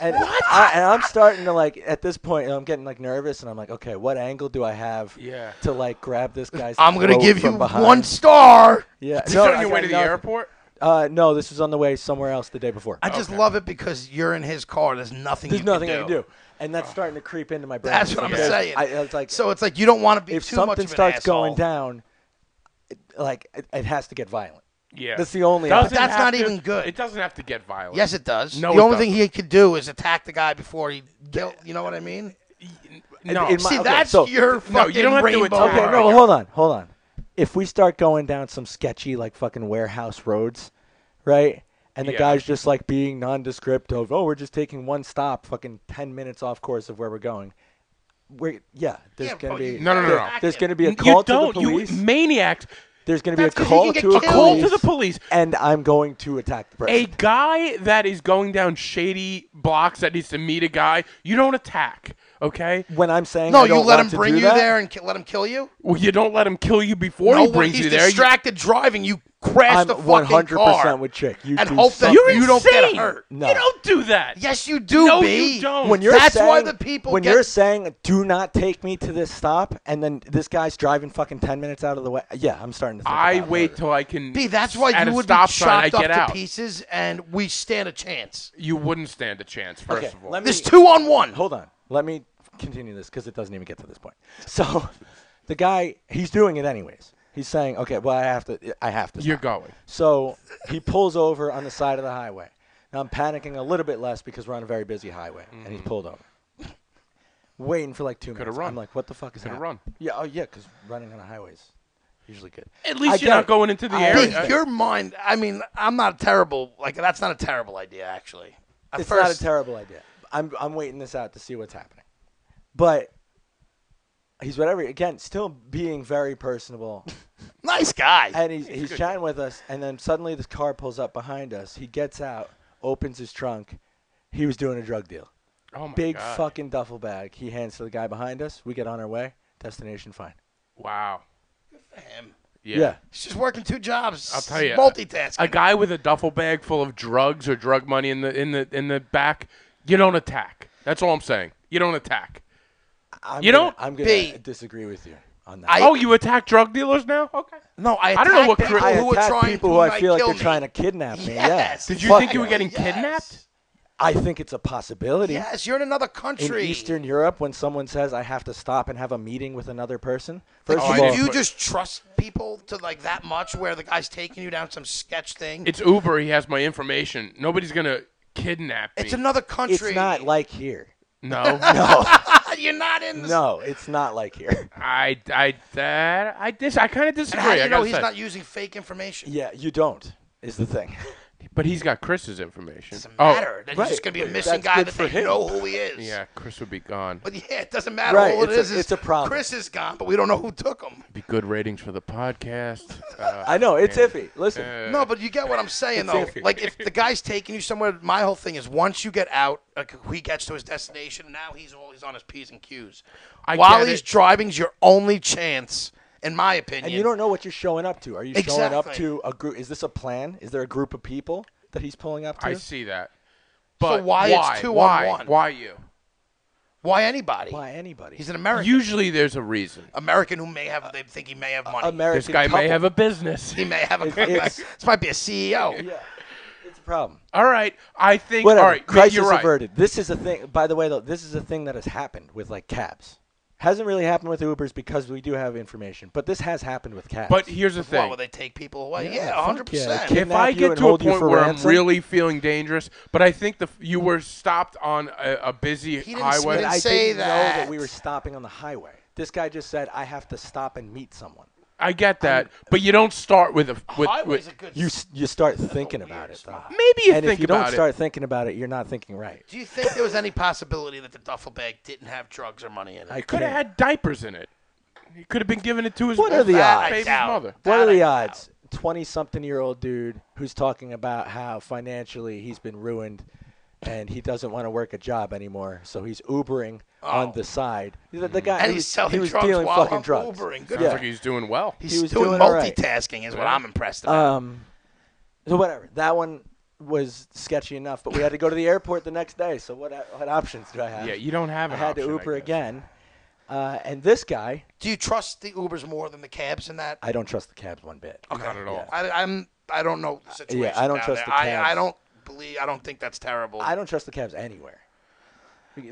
Speaker 4: And I, and I'm starting to like at this point, I'm getting like nervous, and I'm like, okay, what angle do I have?
Speaker 2: Yeah.
Speaker 4: To like grab this guy's.
Speaker 3: I'm gonna
Speaker 4: throat
Speaker 3: give you
Speaker 4: from behind?
Speaker 3: one star.
Speaker 4: Yeah.
Speaker 2: Is this
Speaker 4: no,
Speaker 2: on
Speaker 4: I
Speaker 2: your
Speaker 4: got
Speaker 2: way to the
Speaker 4: nothing.
Speaker 2: airport?
Speaker 4: Uh, no, this was on the way somewhere else the day before.
Speaker 3: I just
Speaker 2: Okay.
Speaker 3: love it because you're in his car. There's nothing.
Speaker 4: There's
Speaker 3: you
Speaker 4: nothing
Speaker 3: can Oh.
Speaker 4: I can do, and that's starting to creep into my brain.
Speaker 3: That's what I'm
Speaker 4: There's-
Speaker 3: saying.
Speaker 4: I, it's like
Speaker 3: So it's like you don't want to be
Speaker 4: if
Speaker 3: too much
Speaker 4: something
Speaker 3: of an
Speaker 4: starts going
Speaker 3: asshole.
Speaker 4: down, it, like it, it has to get violent.
Speaker 2: Yeah.
Speaker 4: That's the only.
Speaker 2: Doesn't
Speaker 4: option.
Speaker 3: that's
Speaker 2: have
Speaker 3: not
Speaker 2: to-
Speaker 3: even good.
Speaker 2: It doesn't have to get violent.
Speaker 3: Yes, it does.
Speaker 2: No,
Speaker 3: the
Speaker 2: it
Speaker 3: only thing he could do is attack the guy before he killed. You know what I mean?
Speaker 2: No.
Speaker 4: in my-
Speaker 3: See,
Speaker 4: okay,
Speaker 3: that's
Speaker 4: so-
Speaker 3: your fucking
Speaker 2: No, you don't have to
Speaker 3: rainbow.
Speaker 2: attack.
Speaker 4: Okay,
Speaker 2: Alright,
Speaker 4: no,
Speaker 2: yeah.
Speaker 4: hold on, hold on. If we start going down some sketchy, like fucking warehouse roads, right? And the
Speaker 2: Yeah.
Speaker 4: guy's just like being nondescript of, oh, we're just taking one stop, fucking ten minutes off course of where we're going. We're yeah, there's
Speaker 3: Yeah,
Speaker 4: gonna
Speaker 3: but you
Speaker 4: be
Speaker 2: No, no, no,
Speaker 4: there-
Speaker 2: no.
Speaker 4: there's gonna be a
Speaker 2: You
Speaker 4: call to the
Speaker 2: don't.
Speaker 4: police.
Speaker 2: You maniacs.
Speaker 4: there's gonna be a
Speaker 3: That's 'cause you
Speaker 4: call
Speaker 3: can get
Speaker 4: to a
Speaker 3: killed.
Speaker 2: Call to the police.
Speaker 4: and I'm going to attack the person.
Speaker 2: A guy that is going down shady blocks that needs to meet a guy, you don't attack. Okay,
Speaker 4: when I'm saying
Speaker 3: No,
Speaker 4: I
Speaker 3: you
Speaker 4: don't
Speaker 3: let
Speaker 4: want
Speaker 3: him
Speaker 4: to
Speaker 3: bring
Speaker 4: do
Speaker 3: you
Speaker 4: that,
Speaker 3: there and ki- let him kill you.
Speaker 2: well, you don't let him kill you before
Speaker 3: no,
Speaker 2: he brings
Speaker 3: he's
Speaker 2: you there. You-
Speaker 3: distracted driving. You crash
Speaker 4: I'm
Speaker 3: the fucking
Speaker 4: 100
Speaker 3: car
Speaker 4: percent with Chick. You
Speaker 3: and
Speaker 4: do
Speaker 3: hope that
Speaker 4: something.
Speaker 2: You're
Speaker 3: you don't get
Speaker 2: insane.
Speaker 3: hurt.
Speaker 4: No.
Speaker 2: You don't do that.
Speaker 3: Yes, you do.
Speaker 2: No,
Speaker 3: B.
Speaker 2: you don't.
Speaker 4: when you're
Speaker 3: Oh, That's
Speaker 4: saying,
Speaker 3: why the people
Speaker 4: when
Speaker 3: get-
Speaker 4: you're saying do not take me to this stop and then this guy's driving fucking 10 minutes out of the way yeah i'm starting to think
Speaker 2: I
Speaker 4: about
Speaker 2: wait
Speaker 4: murder.
Speaker 2: till I can.
Speaker 3: B, that's why
Speaker 2: at
Speaker 3: you
Speaker 2: a
Speaker 3: would
Speaker 2: stop
Speaker 3: be
Speaker 2: sign, I
Speaker 3: chopped
Speaker 2: get
Speaker 3: up
Speaker 2: out.
Speaker 3: to pieces, and we stand a chance.
Speaker 2: You wouldn't stand a chance. First
Speaker 4: Okay,
Speaker 2: of all,
Speaker 4: let me-
Speaker 3: This two on one.
Speaker 4: hold on let me continue this because it doesn't even get to this point so the guy he's doing it anyways he's saying okay well i have to i have to
Speaker 2: you're
Speaker 4: stop.
Speaker 2: going.
Speaker 4: so he pulls over on the side of the highway now i'm panicking a little bit less because we're on a very busy highway and he's pulled over waiting for like 2 minutes
Speaker 2: Mm-hmm. run.
Speaker 4: i'm like what the fuck is
Speaker 2: Coulda
Speaker 4: that
Speaker 2: run.
Speaker 4: yeah oh yeah because running on a highway is usually good
Speaker 2: At
Speaker 4: I
Speaker 2: least
Speaker 4: get
Speaker 2: you're not
Speaker 4: it.
Speaker 2: going into the
Speaker 4: I
Speaker 2: area.
Speaker 4: already
Speaker 3: Dude, your mind. I mean, I'm not terrible. Like that's not a terrible idea, actually. At
Speaker 4: it's not
Speaker 3: first,
Speaker 4: a terrible idea. I'm I'm waiting this out to see what's happening. But he's whatever again, still being very personable.
Speaker 3: nice guy.
Speaker 4: And he's he's, chatting with us and then suddenly this car pulls up behind us. He gets out, opens his trunk. He was doing a drug deal.
Speaker 2: oh my
Speaker 4: Big
Speaker 2: God.
Speaker 4: fucking duffel bag. He hands to the guy behind us. We get on our way. Destination fine.
Speaker 2: Wow.
Speaker 3: Him.
Speaker 2: Yeah.
Speaker 3: He's just working two jobs.
Speaker 2: I'll tell you,
Speaker 3: multitasking.
Speaker 2: A guy with a duffel bag full of drugs or drug money in the in the in the back, you don't attack. That's all I'm saying. You don't attack.
Speaker 4: I'm
Speaker 2: You
Speaker 4: gonna,
Speaker 2: don't
Speaker 4: I'm gonna
Speaker 3: be-
Speaker 4: disagree with you on that.
Speaker 3: I-
Speaker 2: Oh, you attack drug dealers now? Okay.
Speaker 3: no, I.
Speaker 2: I don't know what
Speaker 3: attack people
Speaker 2: cri-
Speaker 4: I
Speaker 3: who are
Speaker 4: attack
Speaker 3: trying
Speaker 4: people
Speaker 3: to
Speaker 4: who I
Speaker 3: like,
Speaker 4: feel like
Speaker 3: kill
Speaker 4: they're
Speaker 3: me.
Speaker 4: trying to kidnap me.
Speaker 3: Yes.
Speaker 4: Yeah.
Speaker 2: Did you
Speaker 4: Fuck
Speaker 2: think you were
Speaker 4: no.
Speaker 2: getting
Speaker 3: Yes.
Speaker 2: kidnapped?
Speaker 4: I think it's a possibility.
Speaker 3: Yes, you're in another
Speaker 4: in
Speaker 3: country.
Speaker 4: Eastern Europe when someone says I have to stop and have a meeting with another person.
Speaker 3: Like,
Speaker 4: First
Speaker 2: Oh,
Speaker 4: of
Speaker 2: I
Speaker 4: all,
Speaker 3: do you
Speaker 2: but-
Speaker 3: just trust people to like that much? Where the guy's taking you down some sketch thing?
Speaker 2: It's Uber. He has my information. Nobody's gonna kidnap me.
Speaker 3: It's another country.
Speaker 4: it's not like here.
Speaker 2: no.
Speaker 4: No,
Speaker 3: you're not in. The
Speaker 4: no, it's not like here.
Speaker 2: I I that I dis I kind of
Speaker 3: And
Speaker 2: disagree.
Speaker 3: how do
Speaker 2: I
Speaker 3: you know
Speaker 2: gotta
Speaker 3: he's
Speaker 2: say.
Speaker 3: not using fake information?
Speaker 4: Yeah, you don't is the thing.
Speaker 2: but he's got Chris's information.
Speaker 3: doesn't
Speaker 2: Oh,
Speaker 3: matter. Then
Speaker 4: right.
Speaker 3: he's just gonna be a missing
Speaker 4: That's
Speaker 3: guy
Speaker 4: good
Speaker 3: that
Speaker 4: for
Speaker 3: they
Speaker 4: him.
Speaker 3: know who he is.
Speaker 2: yeah, Chris would be gone.
Speaker 3: But yeah, it doesn't matter.
Speaker 4: Right,
Speaker 3: All it
Speaker 4: it's a-
Speaker 3: is is
Speaker 4: it's a problem.
Speaker 3: Chris is gone, but we don't know who took him.
Speaker 2: Be good ratings for the podcast. Uh,
Speaker 4: I know it's iffy. Listen,
Speaker 3: No, but you get what I'm saying, though.
Speaker 4: iffy.
Speaker 3: Like, if the guy's taking you somewhere, my whole thing is once you get out, like, he gets to his destination. Now he's always on his p's and q's.
Speaker 2: I
Speaker 3: While
Speaker 2: get
Speaker 3: he's
Speaker 2: it.
Speaker 3: driving's your only chance, in my opinion.
Speaker 4: and you don't know what you're showing up to. Are you showing up
Speaker 3: Exactly.
Speaker 4: to a group? Is this a plan? Is there a group of people that he's pulling up to?
Speaker 2: I see that. But
Speaker 3: why it's
Speaker 2: why
Speaker 3: two on
Speaker 2: why,
Speaker 3: one?
Speaker 2: Why you?
Speaker 3: why anybody.
Speaker 4: Why anybody?
Speaker 3: He's an American.
Speaker 2: Usually there's a reason.
Speaker 3: American who may have. They think he may have money.
Speaker 4: American
Speaker 2: This guy may
Speaker 4: couple.
Speaker 2: have a business.
Speaker 3: he may have a.
Speaker 4: it's-
Speaker 3: this might be a E CEO.
Speaker 4: Yeah, it's a problem.
Speaker 2: All right, I think.
Speaker 4: Whatever.
Speaker 2: All right, mate,
Speaker 4: Crisis
Speaker 2: you're right.
Speaker 4: averted. This is a thing. By the way, though, this is a thing that has happened with like cabs. Hasn't really happened with Ubers because we do have information, but this has happened with cabs.
Speaker 2: But here's the
Speaker 3: What,
Speaker 2: thing:
Speaker 3: will they take people away?
Speaker 4: Yeah,
Speaker 3: Yeah,
Speaker 4: fuck
Speaker 3: 100%.
Speaker 4: yeah, kid.
Speaker 2: if I
Speaker 4: kidnap you
Speaker 2: get
Speaker 4: and
Speaker 2: to a
Speaker 4: hold you
Speaker 2: point
Speaker 4: for
Speaker 2: where
Speaker 4: ransom?
Speaker 2: I'm really feeling dangerous, but I think the f- you were stopped on a, a busy
Speaker 3: didn't
Speaker 2: highway.
Speaker 4: But
Speaker 3: didn't
Speaker 4: I
Speaker 3: say
Speaker 4: didn't know that
Speaker 3: that.
Speaker 4: we were stopping on the highway. This guy just said I have to stop and meet someone.
Speaker 2: I get that, but you don't start with a with.
Speaker 3: Highway's
Speaker 2: with
Speaker 3: a good.
Speaker 4: You s- you start thinking about it though.
Speaker 2: maybe you
Speaker 4: and
Speaker 2: think
Speaker 4: if you
Speaker 2: about
Speaker 4: don't
Speaker 2: it.
Speaker 4: start thinking about it, you're not thinking right.
Speaker 3: Do you think there was any possibility that the duffel bag didn't have drugs or money in it?
Speaker 4: I
Speaker 2: could have
Speaker 4: can't-
Speaker 2: had diapers in it. He could have been giving it to his
Speaker 4: What are the
Speaker 2: fat
Speaker 4: odds?
Speaker 2: baby's
Speaker 3: Doubt.
Speaker 2: mother.
Speaker 4: What
Speaker 3: that
Speaker 4: are the
Speaker 3: I-
Speaker 4: odds? twenty something year old dude who's talking about how financially he's been ruined and he doesn't want to work a job anymore, so he's Ubering on
Speaker 3: Oh.
Speaker 4: the side. The, the guy
Speaker 3: And
Speaker 4: he
Speaker 3: he's
Speaker 4: was-
Speaker 3: selling
Speaker 4: he was
Speaker 3: drugs
Speaker 4: dealing
Speaker 3: while
Speaker 4: fucking
Speaker 3: I'm
Speaker 4: drugs.
Speaker 3: Ubering. Good
Speaker 2: Sounds
Speaker 4: Yeah.
Speaker 2: like he's doing well.
Speaker 3: He's
Speaker 4: He was
Speaker 3: doing,
Speaker 4: doing all right.
Speaker 3: multitasking, is what I'm impressed about.
Speaker 4: Um, so whatever. That one was sketchy enough, but we had to go to the airport the next day. So what what options do I have?
Speaker 2: Yeah, you don't have.
Speaker 4: I
Speaker 2: an
Speaker 4: had to
Speaker 2: option, I
Speaker 4: Uber
Speaker 2: guess.
Speaker 4: again. Uh, and this guy,
Speaker 3: Do you trust the Ubers more than the cabs in that?
Speaker 4: I don't trust the cabs one bit.
Speaker 3: Okay.
Speaker 2: Not at all.
Speaker 3: I, I'm. I don't know the situation.
Speaker 4: yeah, I don't
Speaker 3: down
Speaker 4: trust
Speaker 3: there.
Speaker 4: the
Speaker 3: I, I
Speaker 4: cabs.
Speaker 3: don't believe. I don't think that's terrible.
Speaker 4: I don't trust the cabs anywhere.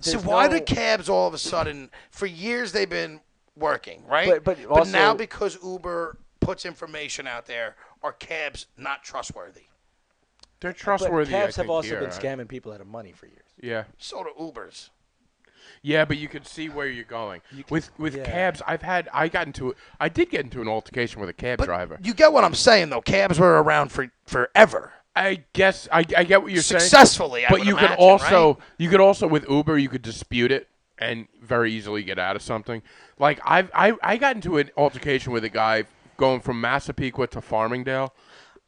Speaker 3: so
Speaker 4: There's
Speaker 3: why
Speaker 4: no-
Speaker 3: do cabs all of a sudden? For years they've been working, right?
Speaker 4: But- but also-
Speaker 3: now because Uber puts information out there, are cabs not trustworthy?
Speaker 2: They're
Speaker 4: but
Speaker 2: trustworthy. I
Speaker 4: cabs have
Speaker 2: think,
Speaker 4: also
Speaker 2: here.
Speaker 4: been scamming people out of money for years.
Speaker 2: Yeah.
Speaker 3: So do Ubers.
Speaker 2: Yeah, but you can see where you're going. with with
Speaker 4: yeah.
Speaker 2: cabs, I've had I got into I did get into an altercation with a cab
Speaker 3: But
Speaker 2: driver.
Speaker 3: you get what I'm saying, though. Cabs were around for forever.
Speaker 2: I guess I, I get what you're
Speaker 3: Successfully,
Speaker 2: saying.
Speaker 3: I
Speaker 2: But
Speaker 3: would
Speaker 2: you
Speaker 3: imagine,
Speaker 2: could also
Speaker 3: right?
Speaker 2: you could also with Uber you could dispute it and very easily get out of something. Like I've I, I got into an altercation with a guy going from Massapequa to Farmingdale.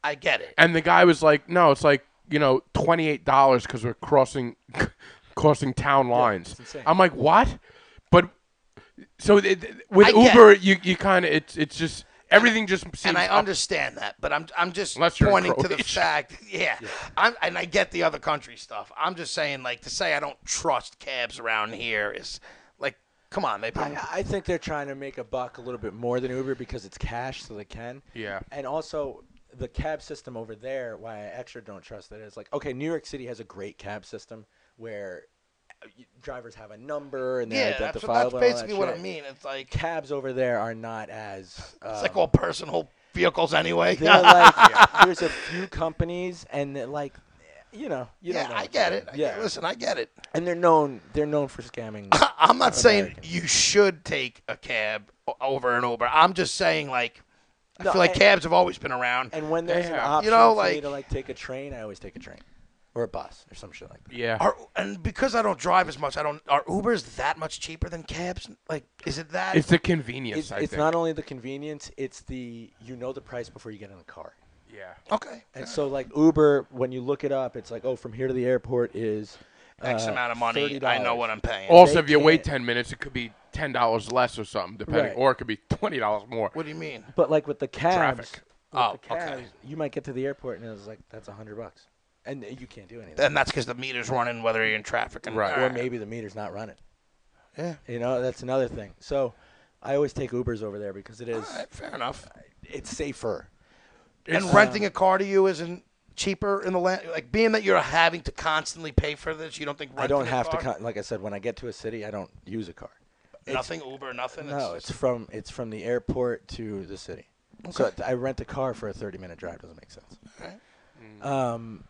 Speaker 3: I get it.
Speaker 2: And the guy was like, "No, it's like you know, twenty eight dollars because we're crossing, crossing town lines."
Speaker 4: insane.
Speaker 2: I'm like, "What?" But so th- th- with
Speaker 3: I get
Speaker 2: Uber, you you kind of it's it's just everything just seems
Speaker 3: and I
Speaker 2: up-
Speaker 3: understand that, but I'm I'm just
Speaker 2: Unless you're in
Speaker 3: pointing to the
Speaker 2: Croatia.
Speaker 3: fact, yeah. I'm and I get the other country stuff. I'm just saying, like to say I don't trust cabs around here is like, come on, they. put-
Speaker 4: I, uh, I think they're trying to make a buck a little bit more than Uber because it's cash, so they can.
Speaker 2: Yeah.
Speaker 4: And also the cab system over there, why I extra don't trust it is like, okay, New York City has a great cab system where uh, y- drivers have a number and they're
Speaker 3: yeah, that's, what, that's
Speaker 4: identifiable. and all that
Speaker 3: basically what I
Speaker 4: shit.
Speaker 3: mean. It's like it's
Speaker 4: Cabs over there are not as. Um,
Speaker 3: like all personal vehicles anyway.
Speaker 4: they're like there's a few companies and they're like, you know, you
Speaker 3: yeah,
Speaker 4: don't know.
Speaker 3: I get it. I
Speaker 4: Yeah.
Speaker 3: get, listen, I get it.
Speaker 4: And they're known they're known for scamming.
Speaker 3: I'm not saying
Speaker 4: American.
Speaker 3: you should take a cab o- over an Uber. I'm just saying like I
Speaker 4: No,
Speaker 3: feel like
Speaker 4: and-
Speaker 3: cabs have always been around.
Speaker 4: and when there's an
Speaker 2: Yeah.
Speaker 4: option
Speaker 3: You know,
Speaker 4: for me
Speaker 3: like-
Speaker 4: to like take a train, I always take a train or a bus or some shit like that.
Speaker 2: yeah.
Speaker 3: Are, and because I don't drive as much, I don't. Are Ubers that much cheaper than cabs? Like, is it that?
Speaker 2: it's the convenience.
Speaker 4: it's,
Speaker 2: I
Speaker 4: it's
Speaker 2: think.
Speaker 4: not only the convenience it's the you know the price before you get in the car
Speaker 2: yeah.
Speaker 3: okay.
Speaker 4: and so like uber when you look it up it's like oh from here to the airport is
Speaker 3: X
Speaker 4: uh,
Speaker 3: amount of money. I know what I'm paying.
Speaker 2: Also,
Speaker 4: they
Speaker 2: if you wait
Speaker 4: can't-
Speaker 2: ten minutes, it could be ten dollars less or something, depending,
Speaker 4: Right.
Speaker 2: or it could be twenty dollars more.
Speaker 3: what do you mean?
Speaker 4: but like with the cabs
Speaker 2: Traffic.
Speaker 4: with
Speaker 3: Oh,
Speaker 4: the cabs,
Speaker 3: okay.
Speaker 4: you might get to the airport and it's like that's a hundred bucks and you can't do anything
Speaker 3: And that's because the meter's running, whether you're in traffic and
Speaker 2: Right.
Speaker 4: or maybe the meter's not running
Speaker 3: Yeah.
Speaker 4: you know that's another thing so i always take ubers over there because it is
Speaker 3: All right, fair enough.
Speaker 4: it's safer
Speaker 3: And
Speaker 4: uh,
Speaker 3: renting a car to you isn't cheaper in the land. Like being that you're having to constantly pay for this, you don't think renting
Speaker 4: i don't
Speaker 3: a
Speaker 4: have to
Speaker 3: car,
Speaker 4: con- like i said when i get to a city i don't use a car
Speaker 3: nothing Uber, nothing.
Speaker 4: No, it's from it's from the airport to the city. So I rent a car for a thirty minute drive. Doesn't make sense.
Speaker 3: Okay.
Speaker 4: Um,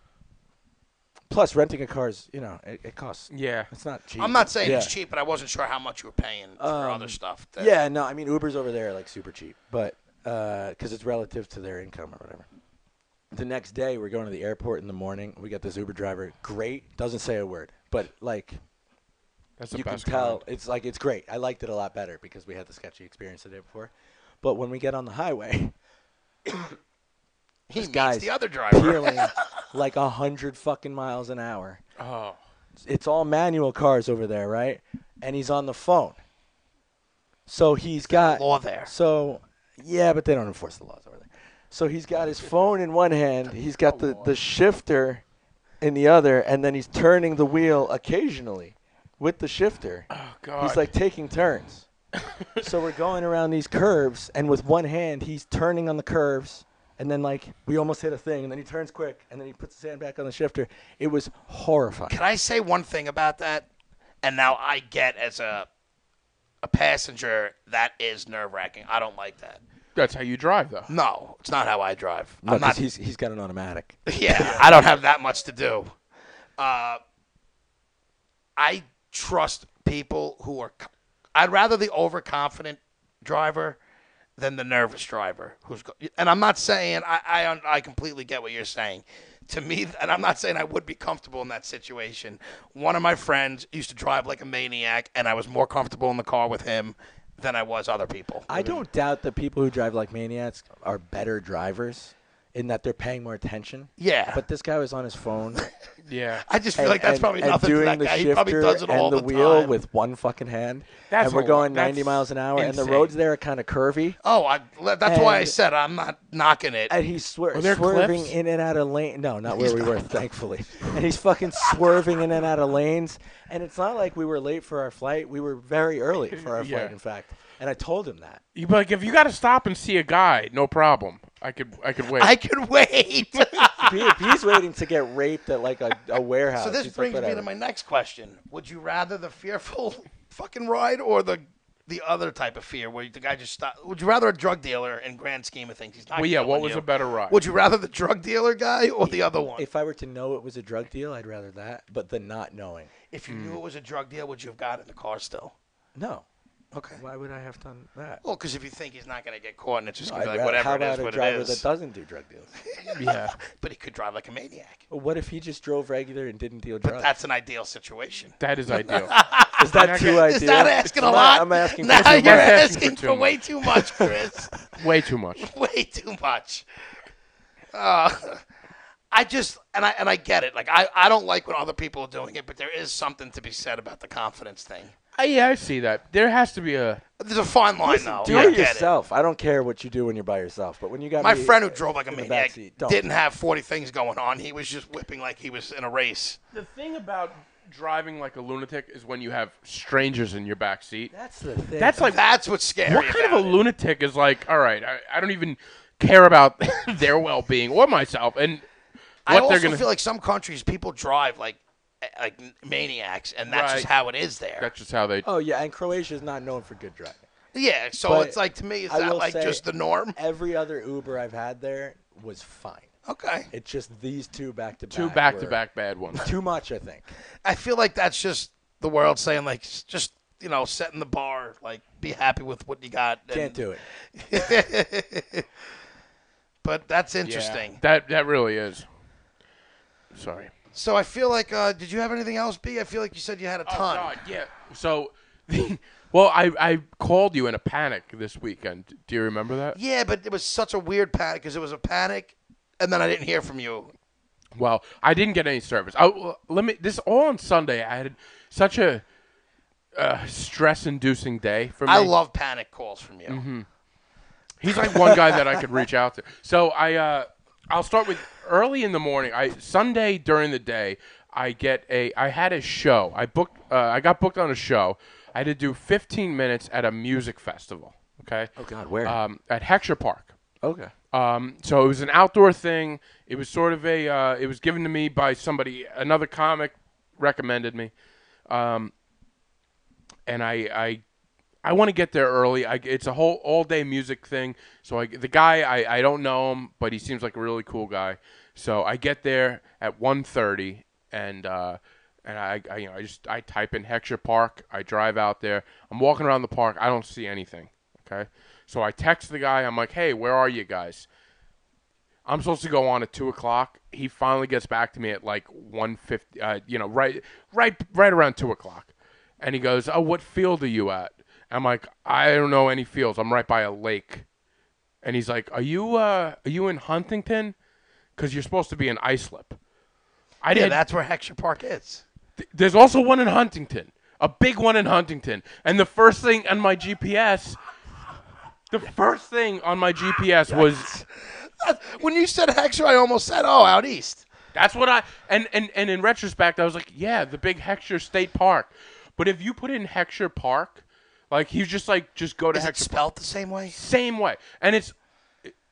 Speaker 4: plus renting a car is you know it, it costs.
Speaker 2: Yeah.
Speaker 4: It's not cheap.
Speaker 3: I'm not saying it's
Speaker 4: Yeah. Um,
Speaker 3: cheap, but I wasn't sure how much you were paying for other stuff. that-
Speaker 4: Yeah, no, I mean Uber's over there like super cheap, but because it's relative to their income or whatever. The next day we're going to the airport in the morning. We got this Uber driver, great, doesn't say a word, but like
Speaker 2: That's the
Speaker 4: you can
Speaker 2: best
Speaker 4: tell
Speaker 2: kind.
Speaker 4: it's like it's great. I liked it a lot better because we had the sketchy experience the day before. But when we get on the highway,
Speaker 3: he meets
Speaker 4: guy's
Speaker 3: the other driver.
Speaker 4: peeling like a hundred fucking miles an hour.
Speaker 2: Oh,
Speaker 4: It's all manual cars over there, right? And he's on the phone. So he's got
Speaker 3: Law there.
Speaker 4: So yeah, but they don't enforce the laws over there. So he's got his phone in one hand, he's got the, the shifter in the other, and then he's turning the wheel occasionally with the shifter.
Speaker 2: oh God.
Speaker 4: He's like taking turns. so we're going around these curves, and with one hand, he's turning on the curves, and then like we almost hit a thing, and then he turns quick, and then he puts his hand back on the shifter. It was horrifying.
Speaker 3: Can I say one thing about that? And now I get as a a passenger that is nerve wracking. I don't like that.
Speaker 2: that's how you drive though.
Speaker 3: No, it's not how I drive.
Speaker 4: No,
Speaker 3: I'm
Speaker 4: 'cause
Speaker 3: not.
Speaker 4: he's he's got an automatic.
Speaker 3: Yeah, I don't have that much to do. Uh, I trust people who are. c- I'd rather the overconfident driver than the nervous driver who's. go- And I'm not saying I I, un- I completely get what you're saying. To me, and I'm not saying I would be comfortable in that situation. One of my friends used to drive like a maniac, and I was more comfortable in the car with him than I was other people.
Speaker 4: I don't doubt that people who drive like maniacs are better drivers in that they're paying more attention.
Speaker 3: Yeah.
Speaker 4: But this guy was on his phone.
Speaker 2: Yeah.
Speaker 3: I just feel like that's
Speaker 4: and-
Speaker 3: probably
Speaker 4: and
Speaker 3: nothing to
Speaker 4: doing
Speaker 3: that
Speaker 4: the
Speaker 3: guy. He
Speaker 4: shifter
Speaker 3: probably does it
Speaker 4: and
Speaker 3: all
Speaker 4: the,
Speaker 3: the,
Speaker 4: wheel
Speaker 3: time.
Speaker 4: with one fucking hand.
Speaker 2: That's
Speaker 4: and we're
Speaker 2: a
Speaker 4: going
Speaker 2: lot.
Speaker 4: 90
Speaker 2: That's
Speaker 4: miles an hour, and the
Speaker 2: insane.
Speaker 4: roads there are kind of curvy.
Speaker 3: Oh, I, le- that's why I
Speaker 4: And-
Speaker 3: said I'm not knocking it.
Speaker 4: And he's swer-
Speaker 2: Are there
Speaker 4: swerving
Speaker 2: cliffs?
Speaker 4: in and out of lane. No, not where we were, thankfully. And he's fucking swerving in and out of lanes. And it's not like we were late for our flight. We were very early for our
Speaker 2: Yeah.
Speaker 4: flight, in fact. And I told him that.
Speaker 2: You like if you got to stop and see a guy, no problem. I could I could wait.
Speaker 3: I could wait.
Speaker 4: If he- if he's waiting to get raped at like a, a warehouse.
Speaker 3: so this
Speaker 4: he's like,
Speaker 3: brings me to
Speaker 4: "Whatever."
Speaker 3: my next question: Would you rather the fearful fucking ride or the the other type of fear where the guy just stop? Would you rather a drug dealer in grand scheme of things? He's not.
Speaker 2: well, yeah. What
Speaker 3: killing
Speaker 2: was
Speaker 3: you.
Speaker 2: a better ride?
Speaker 3: Would you rather the drug dealer guy or the other one? If,
Speaker 4: If I were to know it was a drug deal, I'd rather that. But the not knowing,
Speaker 2: Hmm.
Speaker 3: you knew it was a drug deal, would you have got in the car still?
Speaker 4: no.
Speaker 3: Okay.
Speaker 4: Why would I have done that?
Speaker 3: Well, because if you think he's not going to get caught, and it's just going
Speaker 4: I'd
Speaker 3: to be like
Speaker 4: rather- how
Speaker 3: whatever it
Speaker 4: about
Speaker 3: is,
Speaker 4: a
Speaker 3: what it
Speaker 4: driver
Speaker 3: is.
Speaker 4: that doesn't do drug deals?
Speaker 2: yeah.
Speaker 3: but he could drive like a maniac.
Speaker 4: But what if he just drove regular and didn't deal drugs?
Speaker 3: That's an ideal situation.
Speaker 2: That is ideal.
Speaker 4: Is that too ideal?
Speaker 3: Is that asking a
Speaker 4: No,
Speaker 3: lot?
Speaker 4: I'm asking
Speaker 3: Now
Speaker 4: for too
Speaker 3: you're
Speaker 4: much.
Speaker 2: asking for
Speaker 3: asking for,
Speaker 2: too
Speaker 3: way too much, Chris.
Speaker 2: Way too much.
Speaker 3: way too much. Uh, I just and I and I get it. Like I, I don't like when other people are doing it, but there is something to be said about the confidence thing.
Speaker 2: I, yeah, I see that. There has to be a.
Speaker 3: There's a fine line though.
Speaker 4: Do
Speaker 3: I
Speaker 4: it
Speaker 3: get it.
Speaker 4: yourself. I don't care what you do when you're by yourself. But when you got
Speaker 3: My
Speaker 4: me-
Speaker 3: friend who drove like a
Speaker 4: in the
Speaker 3: maniac
Speaker 4: backseat, don't.
Speaker 3: didn't have 40 things going on. He was just whipping like he was in a race.
Speaker 2: The thing about driving like a lunatic is when you have strangers in your back seat.
Speaker 4: that's the thing.
Speaker 2: That's like
Speaker 3: That's what's scary.
Speaker 2: what kind of a
Speaker 3: about it.
Speaker 2: lunatic is like? All right, I, I don't even care about their well being or myself and
Speaker 3: I
Speaker 2: what
Speaker 3: also
Speaker 2: they're gonna.
Speaker 3: feel like some countries people drive like like maniacs, and that's just
Speaker 2: Right.
Speaker 3: how it is there.
Speaker 2: that's just how they.
Speaker 4: oh yeah, and Croatia is not known for good driving.
Speaker 3: Yeah, so
Speaker 4: But
Speaker 3: it's like to me, is
Speaker 4: I
Speaker 3: that
Speaker 4: will
Speaker 3: like
Speaker 4: say-
Speaker 3: just the norm?
Speaker 4: Every other Uber I've had there was fine.
Speaker 3: Okay,
Speaker 4: It's just these two back to back.
Speaker 2: Two back to back bad ones.
Speaker 4: Too much, I think.
Speaker 3: I feel like that's just the world saying like s- just you know setting the bar, like be happy with what you got. and-
Speaker 4: Can't do it.
Speaker 3: But that's
Speaker 2: Yeah.
Speaker 3: interesting.
Speaker 2: That that really is. Sorry.
Speaker 3: So I feel like, uh, did you have anything else, B? I feel like you said you had a ton.
Speaker 2: Oh, God, yeah. So, well, I I called you in a panic this weekend. Do you remember that?
Speaker 3: Yeah, but it was such a weird panic because it was a panic, and then I didn't hear from you.
Speaker 2: Well, I didn't get any service. I, well, let me. This all on Sunday. I had such a uh, stress-inducing day for me.
Speaker 3: I love panic calls from you.
Speaker 4: Mm-hmm.
Speaker 2: He's like one guy that I could reach out to. So I, uh, I'll start with early in the morning. I Sunday during the day, I get a. I had a show. I booked. Uh, I got booked on a show. I had to do 15 minutes at a music festival. Okay.
Speaker 4: Oh God, where?
Speaker 3: Uh,
Speaker 2: Um, at Hector Park.
Speaker 4: okay.
Speaker 2: Um, so it was an outdoor thing. It was sort of a. Uh, it was given to me by somebody. Another comic recommended me, um, and I I, I want to get there early. I, it's a whole all day music thing. So I, the guy I, I don't know him, but he seems like a really cool guy. So I get there at 1.30 and uh, and I, I you know I just I type in Hector Park. I drive out there. I'm walking around the park. I don't see anything. Okay. So I text the guy. I'm like, hey, where are you guys? I'm supposed to go on at two o'clock. He finally gets back to me at like one fifty. Uh, you know, right, right, right around two o'clock, and he goes, "Oh, what field are you at?" I'm like, "I don't know any fields. I'm right by a lake." And he's like, "Are you uh, are you in Huntington? Because you're supposed to be in Islip." I
Speaker 3: Yeah,
Speaker 2: didn't.
Speaker 3: that's where Hector Park is.
Speaker 2: There's also one in Huntington, a big one in Huntington. And the first thing on my GPS, the first thing on my GPS was
Speaker 3: When you said Hector, I almost said, oh, out east.
Speaker 2: That's what I and, and and in retrospect, I was like, yeah, the big Hector State Park. But if you put in Hector Park, like he's just like just go to
Speaker 3: Is it
Speaker 2: Hector
Speaker 3: spelled the same way?
Speaker 2: same way, and it's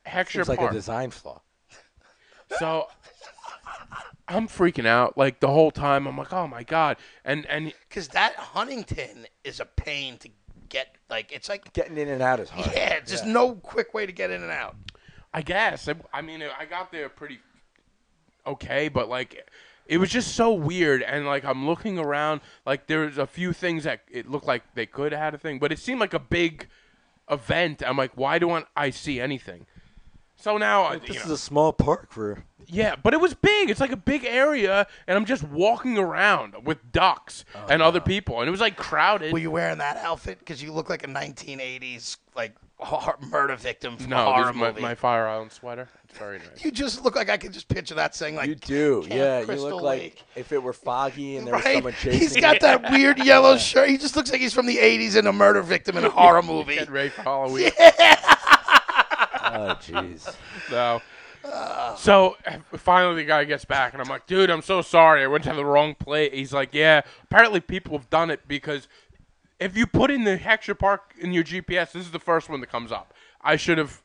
Speaker 2: Hector
Speaker 4: It's like
Speaker 2: Park.
Speaker 4: a design flaw.
Speaker 2: so I'm freaking out like the whole time. I'm like, oh my god, and and
Speaker 3: Because that Huntington is a pain to get. Like it's like
Speaker 4: Getting in and out is hard.
Speaker 3: yeah, it's just no quick way to get in and out.
Speaker 2: I guess. I, I mean, I got there pretty okay, but like it was just so weird. And like I'm looking around, like there's a few things that it looked like they could have had a thing, but it seemed like a big event. I'm like, why don't I see anything? So now, I- you
Speaker 4: This
Speaker 2: know,
Speaker 4: is a small park for.
Speaker 2: yeah, but it was big. It's like a big area, and I'm just walking around with ducks and other people, and it was like crowded.
Speaker 3: Were you wearing that outfit? Because you look like a 1980s like hor- murder victim from a
Speaker 2: no,
Speaker 3: horror
Speaker 2: this is my,
Speaker 3: movie.
Speaker 2: my Fire Island sweater. It's very nice.
Speaker 3: You just look like I could just picture that saying like
Speaker 4: You do,
Speaker 3: Camp
Speaker 4: yeah. You
Speaker 3: Crystal
Speaker 4: look like
Speaker 3: Lake.
Speaker 4: if it were foggy and there was
Speaker 3: Right?
Speaker 4: someone chasing.
Speaker 3: He's
Speaker 4: you.
Speaker 3: got that weird yellow shirt. He just looks like he's from the 80s and a murder victim in a horror movie.
Speaker 2: Get ready for Halloween.
Speaker 4: Oh, jeez.
Speaker 2: So, so finally the guy gets back, and I'm like, dude, I'm so sorry. I went to the wrong plate. He's like, yeah. Apparently, people have done it because if you put in the Hector Park in your GPS, this is the first one that comes up. I should have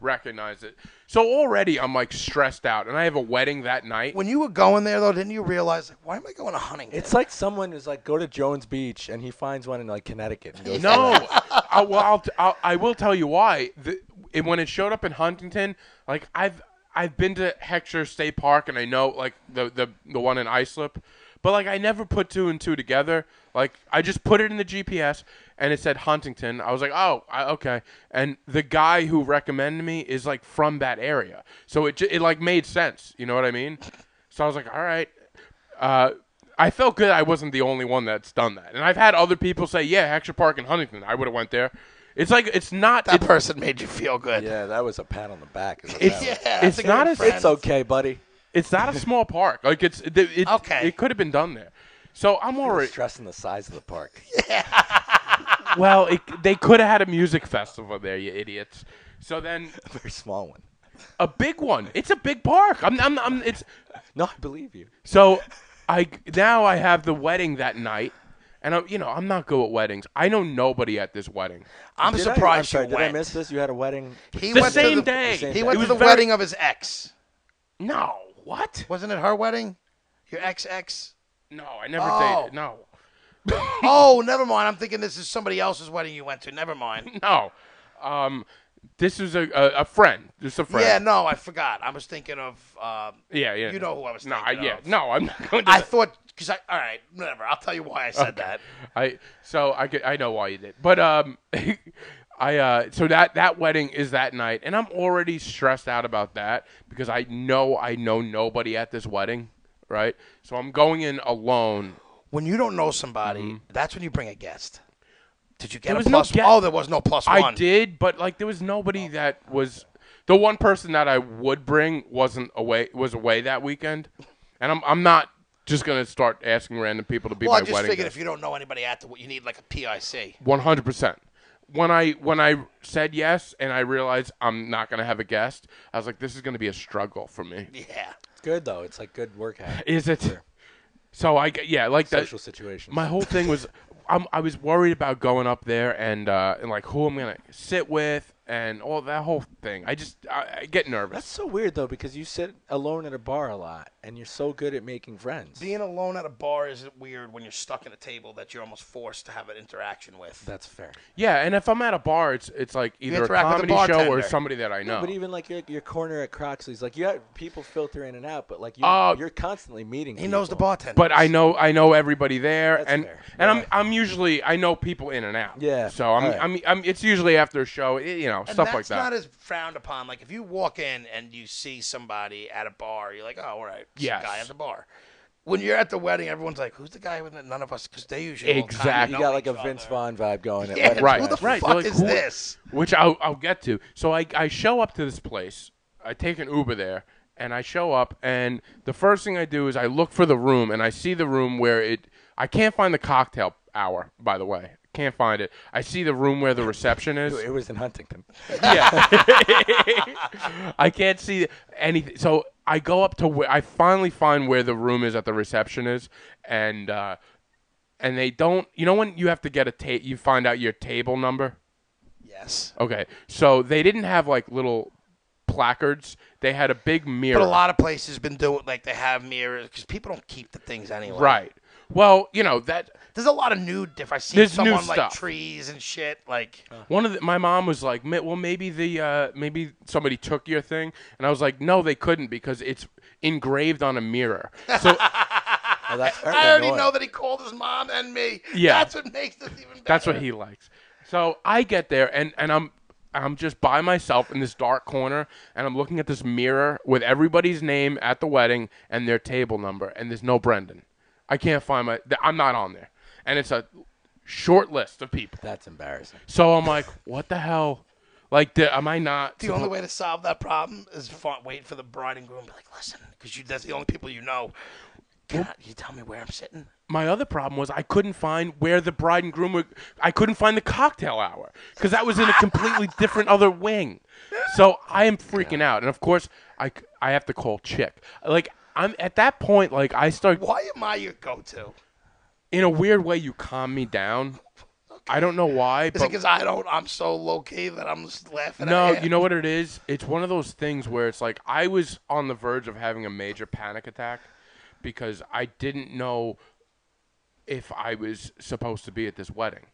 Speaker 2: recognized it. So already I'm like stressed out, and I have a wedding that night.
Speaker 3: When you were going there though, didn't you realize like, why am I going to hunting?
Speaker 4: It's like someone who's like, go to Jones Beach, and he finds one in like Connecticut. And goes
Speaker 2: No, I, well, I'll, t- I'll, I will tell you why. The, it, when it showed up in Huntington, like I've I've been to Hector State Park and I know like the the, the one in Islip, but like I never put two and two together. Like I just put it in the GPS and it said Huntington. I was like, oh, I, okay. And the guy who recommended me is like from that area, so it ju- it like made sense. You know what I mean? So I was like, all right. Uh, I felt good. I wasn't the only one that's done that, and I've had other people say, "Yeah, Hector Park in Huntington, I would have went there." It's like it's not.
Speaker 3: that
Speaker 2: it's-
Speaker 3: person made you feel good.
Speaker 4: Yeah, that was a pat on the back. is what
Speaker 2: It's-
Speaker 4: that was.
Speaker 3: that's
Speaker 2: It's
Speaker 3: a good
Speaker 2: not as-
Speaker 3: friend.
Speaker 4: it's okay, buddy.
Speaker 2: it's not a small park. Like it's it, it,
Speaker 3: Okay.
Speaker 2: It could have been done there. So I'm already
Speaker 4: Stressing the size of the park.
Speaker 2: well. It, they could have had a music festival there, you idiots. So then
Speaker 4: Very small one.
Speaker 2: a big one. It's a big park. I'm. I'm. I'm it's
Speaker 4: No, I believe you.
Speaker 2: So I now I have the wedding that night, and I'm you know I'm not good at weddings. I know nobody at this wedding.
Speaker 3: I'm
Speaker 4: Did I-
Speaker 3: surprised
Speaker 4: I'm sorry,
Speaker 3: you
Speaker 4: did
Speaker 3: went.
Speaker 4: I miss this? You had a wedding.
Speaker 3: He
Speaker 2: The
Speaker 3: went
Speaker 2: same
Speaker 3: to the,
Speaker 2: day.
Speaker 4: same
Speaker 3: He
Speaker 4: day.
Speaker 2: It
Speaker 3: went to
Speaker 2: was
Speaker 3: the
Speaker 2: very-
Speaker 3: wedding of his ex.
Speaker 2: No. What?
Speaker 3: Wasn't it her wedding? Your ex ex?
Speaker 2: No, I never
Speaker 3: Oh.
Speaker 2: dated. No.
Speaker 3: Oh, never mind. I'm thinking this is somebody else's wedding you went to. Never mind.
Speaker 2: No. Um, this is a, a, a friend. Just a friend.
Speaker 3: Yeah, no, I forgot. I was thinking of. Um,
Speaker 2: Yeah, yeah.
Speaker 3: You know who I was
Speaker 2: No, I,
Speaker 3: thinking
Speaker 2: yeah.
Speaker 3: of.
Speaker 2: No, I'm not going to.
Speaker 3: I thought because I. All right, whatever. I'll tell you why I said that.
Speaker 2: I so I could, I know why you did, but um, I uh so that that wedding is that night, and I'm already stressed out about that because I know I know nobody at this wedding, right? So I'm going in alone.
Speaker 3: When you don't know somebody, that's when you bring a guest. Did you get
Speaker 2: There
Speaker 3: a
Speaker 2: was no
Speaker 3: plus-
Speaker 2: guest.
Speaker 3: Oh, Mm-hmm. there was no plus one.
Speaker 2: I did, but like there was nobody that was the one person that I would bring wasn't away was away that weekend, and I'm I'm not just gonna start asking random people to be
Speaker 3: Well, I
Speaker 2: my
Speaker 3: just
Speaker 2: wedding.
Speaker 3: figured if you don't know anybody at the, you need like a PIC.
Speaker 2: One hundred percent. When I when I said yes and I realized I'm not gonna have a guest, I was like, this is gonna be a struggle for me.
Speaker 3: Yeah.
Speaker 4: It's good though. It's like good work habit,
Speaker 2: Is it? So I g- yeah like that.
Speaker 4: social situation.
Speaker 2: My whole thing was, I'm, I was worried about going up there and uh, and like who I'm gonna sit with and all that whole thing. I just I, I get nervous.
Speaker 4: That's so weird though, because you sit alone at a bar a lot, and you're so good at making friends.
Speaker 3: Being alone at a bar is weird when you're stuck at a table that you're almost forced to have an interaction with.
Speaker 4: That's fair.
Speaker 2: Yeah, and if I'm at a bar, it's it's like either a
Speaker 3: interact with the
Speaker 2: comedy show or
Speaker 3: bartender.
Speaker 2: somebody that I know.
Speaker 4: But even like your, your corner at Croxley's, like you have people filter in and out, but like you,
Speaker 2: Uh,
Speaker 4: you're constantly meeting.
Speaker 3: he knows the bartender.
Speaker 2: But I know I know everybody there,
Speaker 4: That's
Speaker 2: and
Speaker 4: fair.
Speaker 2: and I'm I'm usually I know people in and out.
Speaker 4: Yeah,
Speaker 2: So I'm
Speaker 4: alright.
Speaker 2: I'm, I'm it's usually after a show, y- you know,
Speaker 3: and
Speaker 2: stuff
Speaker 3: that's
Speaker 2: like that.
Speaker 3: not as frowned upon. Like if you walk in and you see somebody at a bar, you're like, oh, all right, it's a
Speaker 2: Yes.
Speaker 3: guy at the bar. When you're at the wedding, everyone's like, who's the guy with it? None of us, because they usually all kinda
Speaker 2: Exactly.
Speaker 4: You
Speaker 3: know
Speaker 4: got like
Speaker 3: each
Speaker 4: a Vince
Speaker 3: other.
Speaker 4: Vaughn vibe going. At
Speaker 3: Yeah,
Speaker 4: weddings,
Speaker 2: Right,
Speaker 3: who the
Speaker 2: right.
Speaker 3: fuck
Speaker 2: They're like,
Speaker 3: is
Speaker 2: who-
Speaker 3: this?
Speaker 2: which I'll, I'll get to. So I, I show up to this place. I take an Uber there, and I show up, and the first thing I do is I look for the room, and I see the room where it. I can't find the cocktail hour, by the way. Can't find it. I see the room where the reception is.
Speaker 4: It was in Huntington.
Speaker 2: yeah. I can't see anything. So I go up to where I finally find where the room is at the reception is, and uh, and they don't. You know when you have to get a ta- you find out your table number.
Speaker 3: Yes.
Speaker 2: Okay, so they didn't have like little placards. They had a big mirror.
Speaker 3: But a lot of places been doing like they have mirrors because people don't keep the things anyway.
Speaker 2: right. Well, you know that
Speaker 3: There's a lot of nude diff. I see
Speaker 2: There's new
Speaker 3: someone like
Speaker 2: stuff.
Speaker 3: trees and shit. Like
Speaker 2: one of the, my mom was like, "Ma- "Well, maybe the uh, maybe somebody took your thing," and I was like, "No, they couldn't because it's engraved on a mirror." So
Speaker 4: Oh, that's fair.
Speaker 3: I already
Speaker 4: Illinois.
Speaker 3: know that he called his mom and me.
Speaker 2: Yeah.
Speaker 3: That's what makes this even better.
Speaker 2: That's what he likes. So I get there and and I'm I'm just by myself in this dark corner, and I'm looking at this mirror with everybody's name at the wedding and their table number, and there's no Brendan. I can't find my. th- I'm not on there, and it's a short list of people.
Speaker 4: That's embarrassing.
Speaker 2: So I'm like, what the hell? Like, di- am I not?
Speaker 3: The only way to solve that problem is fa- wait for the bride and groom. and Be like, listen, because you—that's the only people you know. Can I- you tell me where I'm sitting?
Speaker 2: my other problem was I couldn't find where the bride and groom were. I couldn't find the cocktail hour because that was in a completely different other wing. So I am freaking out, and of course I, c- I have to call chick. Like I'm at that point, like I start
Speaker 3: Why am I your go-to?
Speaker 2: in a weird way. You calm me down. I don't know why,
Speaker 3: Is it
Speaker 2: but
Speaker 3: because I don't? I'm so low key that I'm just laughing.
Speaker 2: no,
Speaker 3: at it?
Speaker 2: you know what it is? It's one of those things where it's like I was on the verge of having a major panic attack because I didn't know if I was supposed to be at this wedding.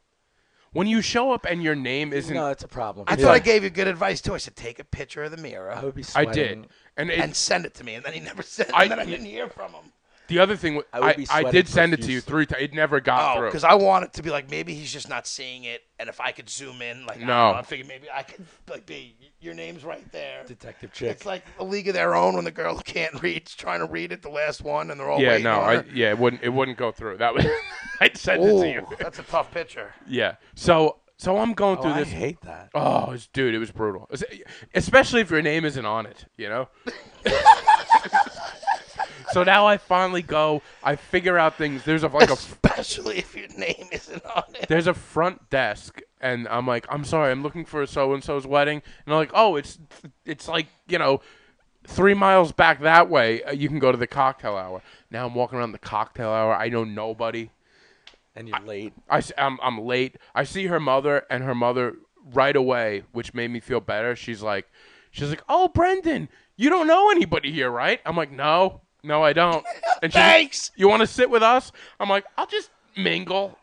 Speaker 2: When you show up and your name isn't
Speaker 4: No, it's a problem.
Speaker 3: I thought I gave you good advice too. I said take a picture of the
Speaker 4: I
Speaker 3: mirror
Speaker 4: would be
Speaker 2: I
Speaker 4: sweating.
Speaker 2: did. And, it,
Speaker 3: and send it to me, and then he never sent.
Speaker 2: I-
Speaker 3: and then I didn't hear from him.
Speaker 2: the other thing, wa-
Speaker 4: I would
Speaker 2: I,
Speaker 4: be
Speaker 2: I,
Speaker 4: sweating
Speaker 2: did send it to you
Speaker 4: profusely.
Speaker 2: three times. It never got
Speaker 3: Oh,
Speaker 2: through.
Speaker 3: because I wanted to be like maybe he's just not seeing it, and if I could zoom in, like I,
Speaker 2: No.
Speaker 3: don't know, I figured maybe I could like be your name's right there.
Speaker 4: Detective
Speaker 3: It's
Speaker 4: Chick.
Speaker 3: like a league of their own when the girl can't read, she's trying to read it, the last one, and they're all
Speaker 2: yeah,
Speaker 3: waiting
Speaker 2: no,
Speaker 3: on
Speaker 2: I,
Speaker 3: her.
Speaker 2: yeah, it wouldn't, it wouldn't go through. That was, I sent it to you.
Speaker 3: Ooh, that's a tough picture.
Speaker 2: Yeah. So, so I'm going
Speaker 4: oh,
Speaker 2: through
Speaker 4: I
Speaker 2: this.
Speaker 4: hate that.
Speaker 2: Oh, it's, dude, it was brutal. Es- Especially if your name isn't on it, you know? so now I finally go, I figure out things. There's a like a
Speaker 3: Especially if your name isn't on it.
Speaker 2: there's a front desk and I'm like, I'm sorry, I'm looking for so and so's wedding. And I'm like, "Oh, it's it's like, you know, 3 miles back that way, uh, you can go to the cocktail hour." Now I'm walking around the cocktail hour. I know nobody.
Speaker 4: And you're late.
Speaker 2: I, am I'm late. I see her mother, and her mother right away, which made me feel better. She's like, she's like, oh, Brendan, you don't know anybody here, right? I'm like, no, no, I don't. And she's like,
Speaker 3: Thanks.
Speaker 2: you want to sit with us? I'm like, I'll just mingle.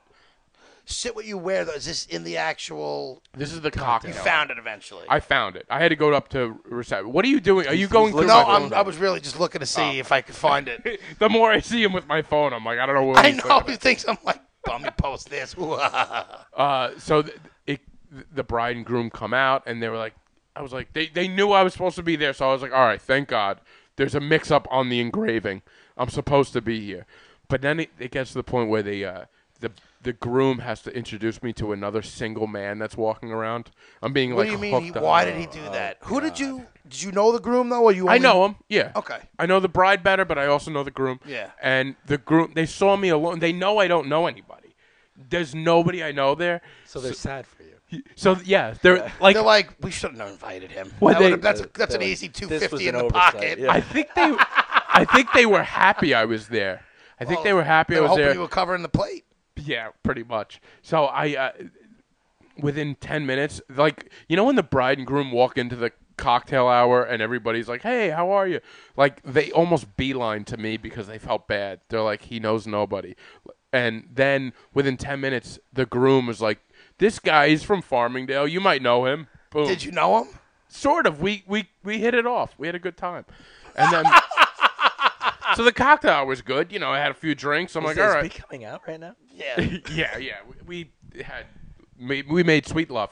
Speaker 3: Sit what you wear though. Is this in the actual?
Speaker 2: This is the cocktail.
Speaker 3: You found it eventually.
Speaker 2: I found it. I had to go up to reception. What are you doing? Are you
Speaker 4: He's-
Speaker 2: going
Speaker 4: he's
Speaker 2: through
Speaker 3: no,
Speaker 2: my
Speaker 3: I'm,
Speaker 2: phone?
Speaker 3: I was really just looking to see if I could find it.
Speaker 2: the more I see him with my phone, I'm like, I don't know what
Speaker 3: I
Speaker 2: he's
Speaker 3: know
Speaker 2: looking
Speaker 3: he thinks I'm like bummy post this. Ooh, ah, ah, ah.
Speaker 2: Uh, so th- it, th- the bride and groom come out, and they were like, I was like, they, they knew I was supposed to be there, so I was like, all right, thank God. There's a mix up on the engraving. I'm supposed to be here. But then it, it gets to the point where the, uh, the the groom has to introduce me to another single man that's walking around. I'm being
Speaker 3: what
Speaker 2: like,
Speaker 3: do you mean? He,
Speaker 2: hooked up.
Speaker 3: why did he do that? Who did you? Did you know the groom though? Or you?
Speaker 2: I
Speaker 3: only-
Speaker 2: know him. Yeah.
Speaker 3: Okay.
Speaker 2: I know the bride better, but I also know the groom.
Speaker 3: Yeah.
Speaker 2: And the groom, they saw me alone. They know I don't know anybody. There's nobody I know there.
Speaker 4: So they're sad for you.
Speaker 2: So yeah, they're like
Speaker 3: They're like, we shouldn't have invited him.
Speaker 2: What
Speaker 3: That
Speaker 2: they-
Speaker 3: would've- that's that's an
Speaker 4: They're like,
Speaker 3: easy
Speaker 4: "This
Speaker 3: two
Speaker 4: was
Speaker 3: fifty in
Speaker 4: an
Speaker 3: the
Speaker 4: oversight."
Speaker 3: pocket.
Speaker 4: Yeah.
Speaker 2: I think they, I think they were happy I was there. I think they were happy
Speaker 3: Oh, They
Speaker 2: I
Speaker 3: were
Speaker 2: was
Speaker 3: hoping
Speaker 2: there.
Speaker 3: you were covering the plate.
Speaker 2: Yeah, pretty much. So I, uh, within ten minutes, like you know when the bride and groom walk into the cocktail hour and everybody's like, "Hey, how are you?" Like they almost beeline to me because they felt bad. They're like, "He knows nobody," and then within ten minutes, the groom was like, "This guy is from Farmingdale. You might know him." Boom.
Speaker 3: Did you know him?
Speaker 2: sort of. We we we hit it off. We had a good time, and then so the cocktail hour was good. You know, I had a few drinks. I'm
Speaker 4: Is
Speaker 2: like,
Speaker 4: it-
Speaker 2: all
Speaker 4: is
Speaker 2: right,
Speaker 4: he coming out right now?
Speaker 3: Yeah.
Speaker 2: yeah, yeah. We, we had we, we made sweet love.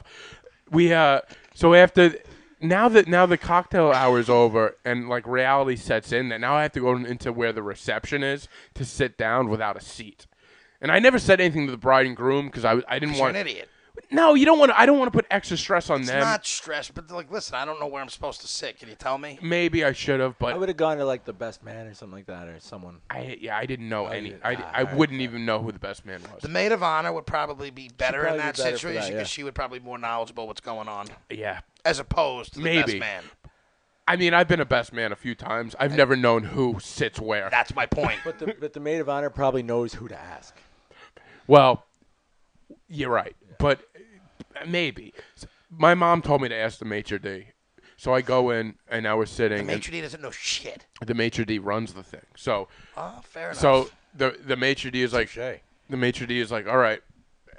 Speaker 2: We uh so after now that now the cocktail hour is over and like reality sets in that now I have to go into where the reception is to sit down without a seat. And I never said anything to the bride and groom because I, I didn't
Speaker 3: You're
Speaker 2: want
Speaker 3: an idiot.
Speaker 2: no you don't want I don't want to put extra stress on
Speaker 3: It's
Speaker 2: them.
Speaker 3: not stress, but like, listen, I don't know where I'm supposed to sit. Can you tell me?
Speaker 2: Maybe I should have, but
Speaker 4: I would have gone to like the best man or something like that or someone.
Speaker 2: I yeah, I didn't know any.
Speaker 4: you-
Speaker 2: I,
Speaker 4: ah,
Speaker 2: I
Speaker 4: alright,
Speaker 2: wouldn't even know who the best man was.
Speaker 3: The maid of honor would probably be better in
Speaker 4: probably be
Speaker 3: that
Speaker 4: better for
Speaker 3: situation
Speaker 4: that,
Speaker 3: because
Speaker 4: yeah.
Speaker 3: she would probably be more knowledgeable what's going on,
Speaker 2: yeah,
Speaker 3: as opposed to the
Speaker 2: Maybe.
Speaker 3: best man.
Speaker 2: I mean, I've been a best man a few times. I've never known who sits where.
Speaker 3: That's my point.
Speaker 4: But the but the maid of honor probably knows who to ask.
Speaker 2: Well, you're right, but uh, maybe S- my mom told me to ask the maitre d. So I go in, and now we're sitting. and
Speaker 3: Maitre d doesn't know shit.
Speaker 2: the maitre d runs the thing. So
Speaker 3: Oh, fair enough.
Speaker 2: So the the maitre d is like
Speaker 4: Touche.
Speaker 2: the maitre d is like all right,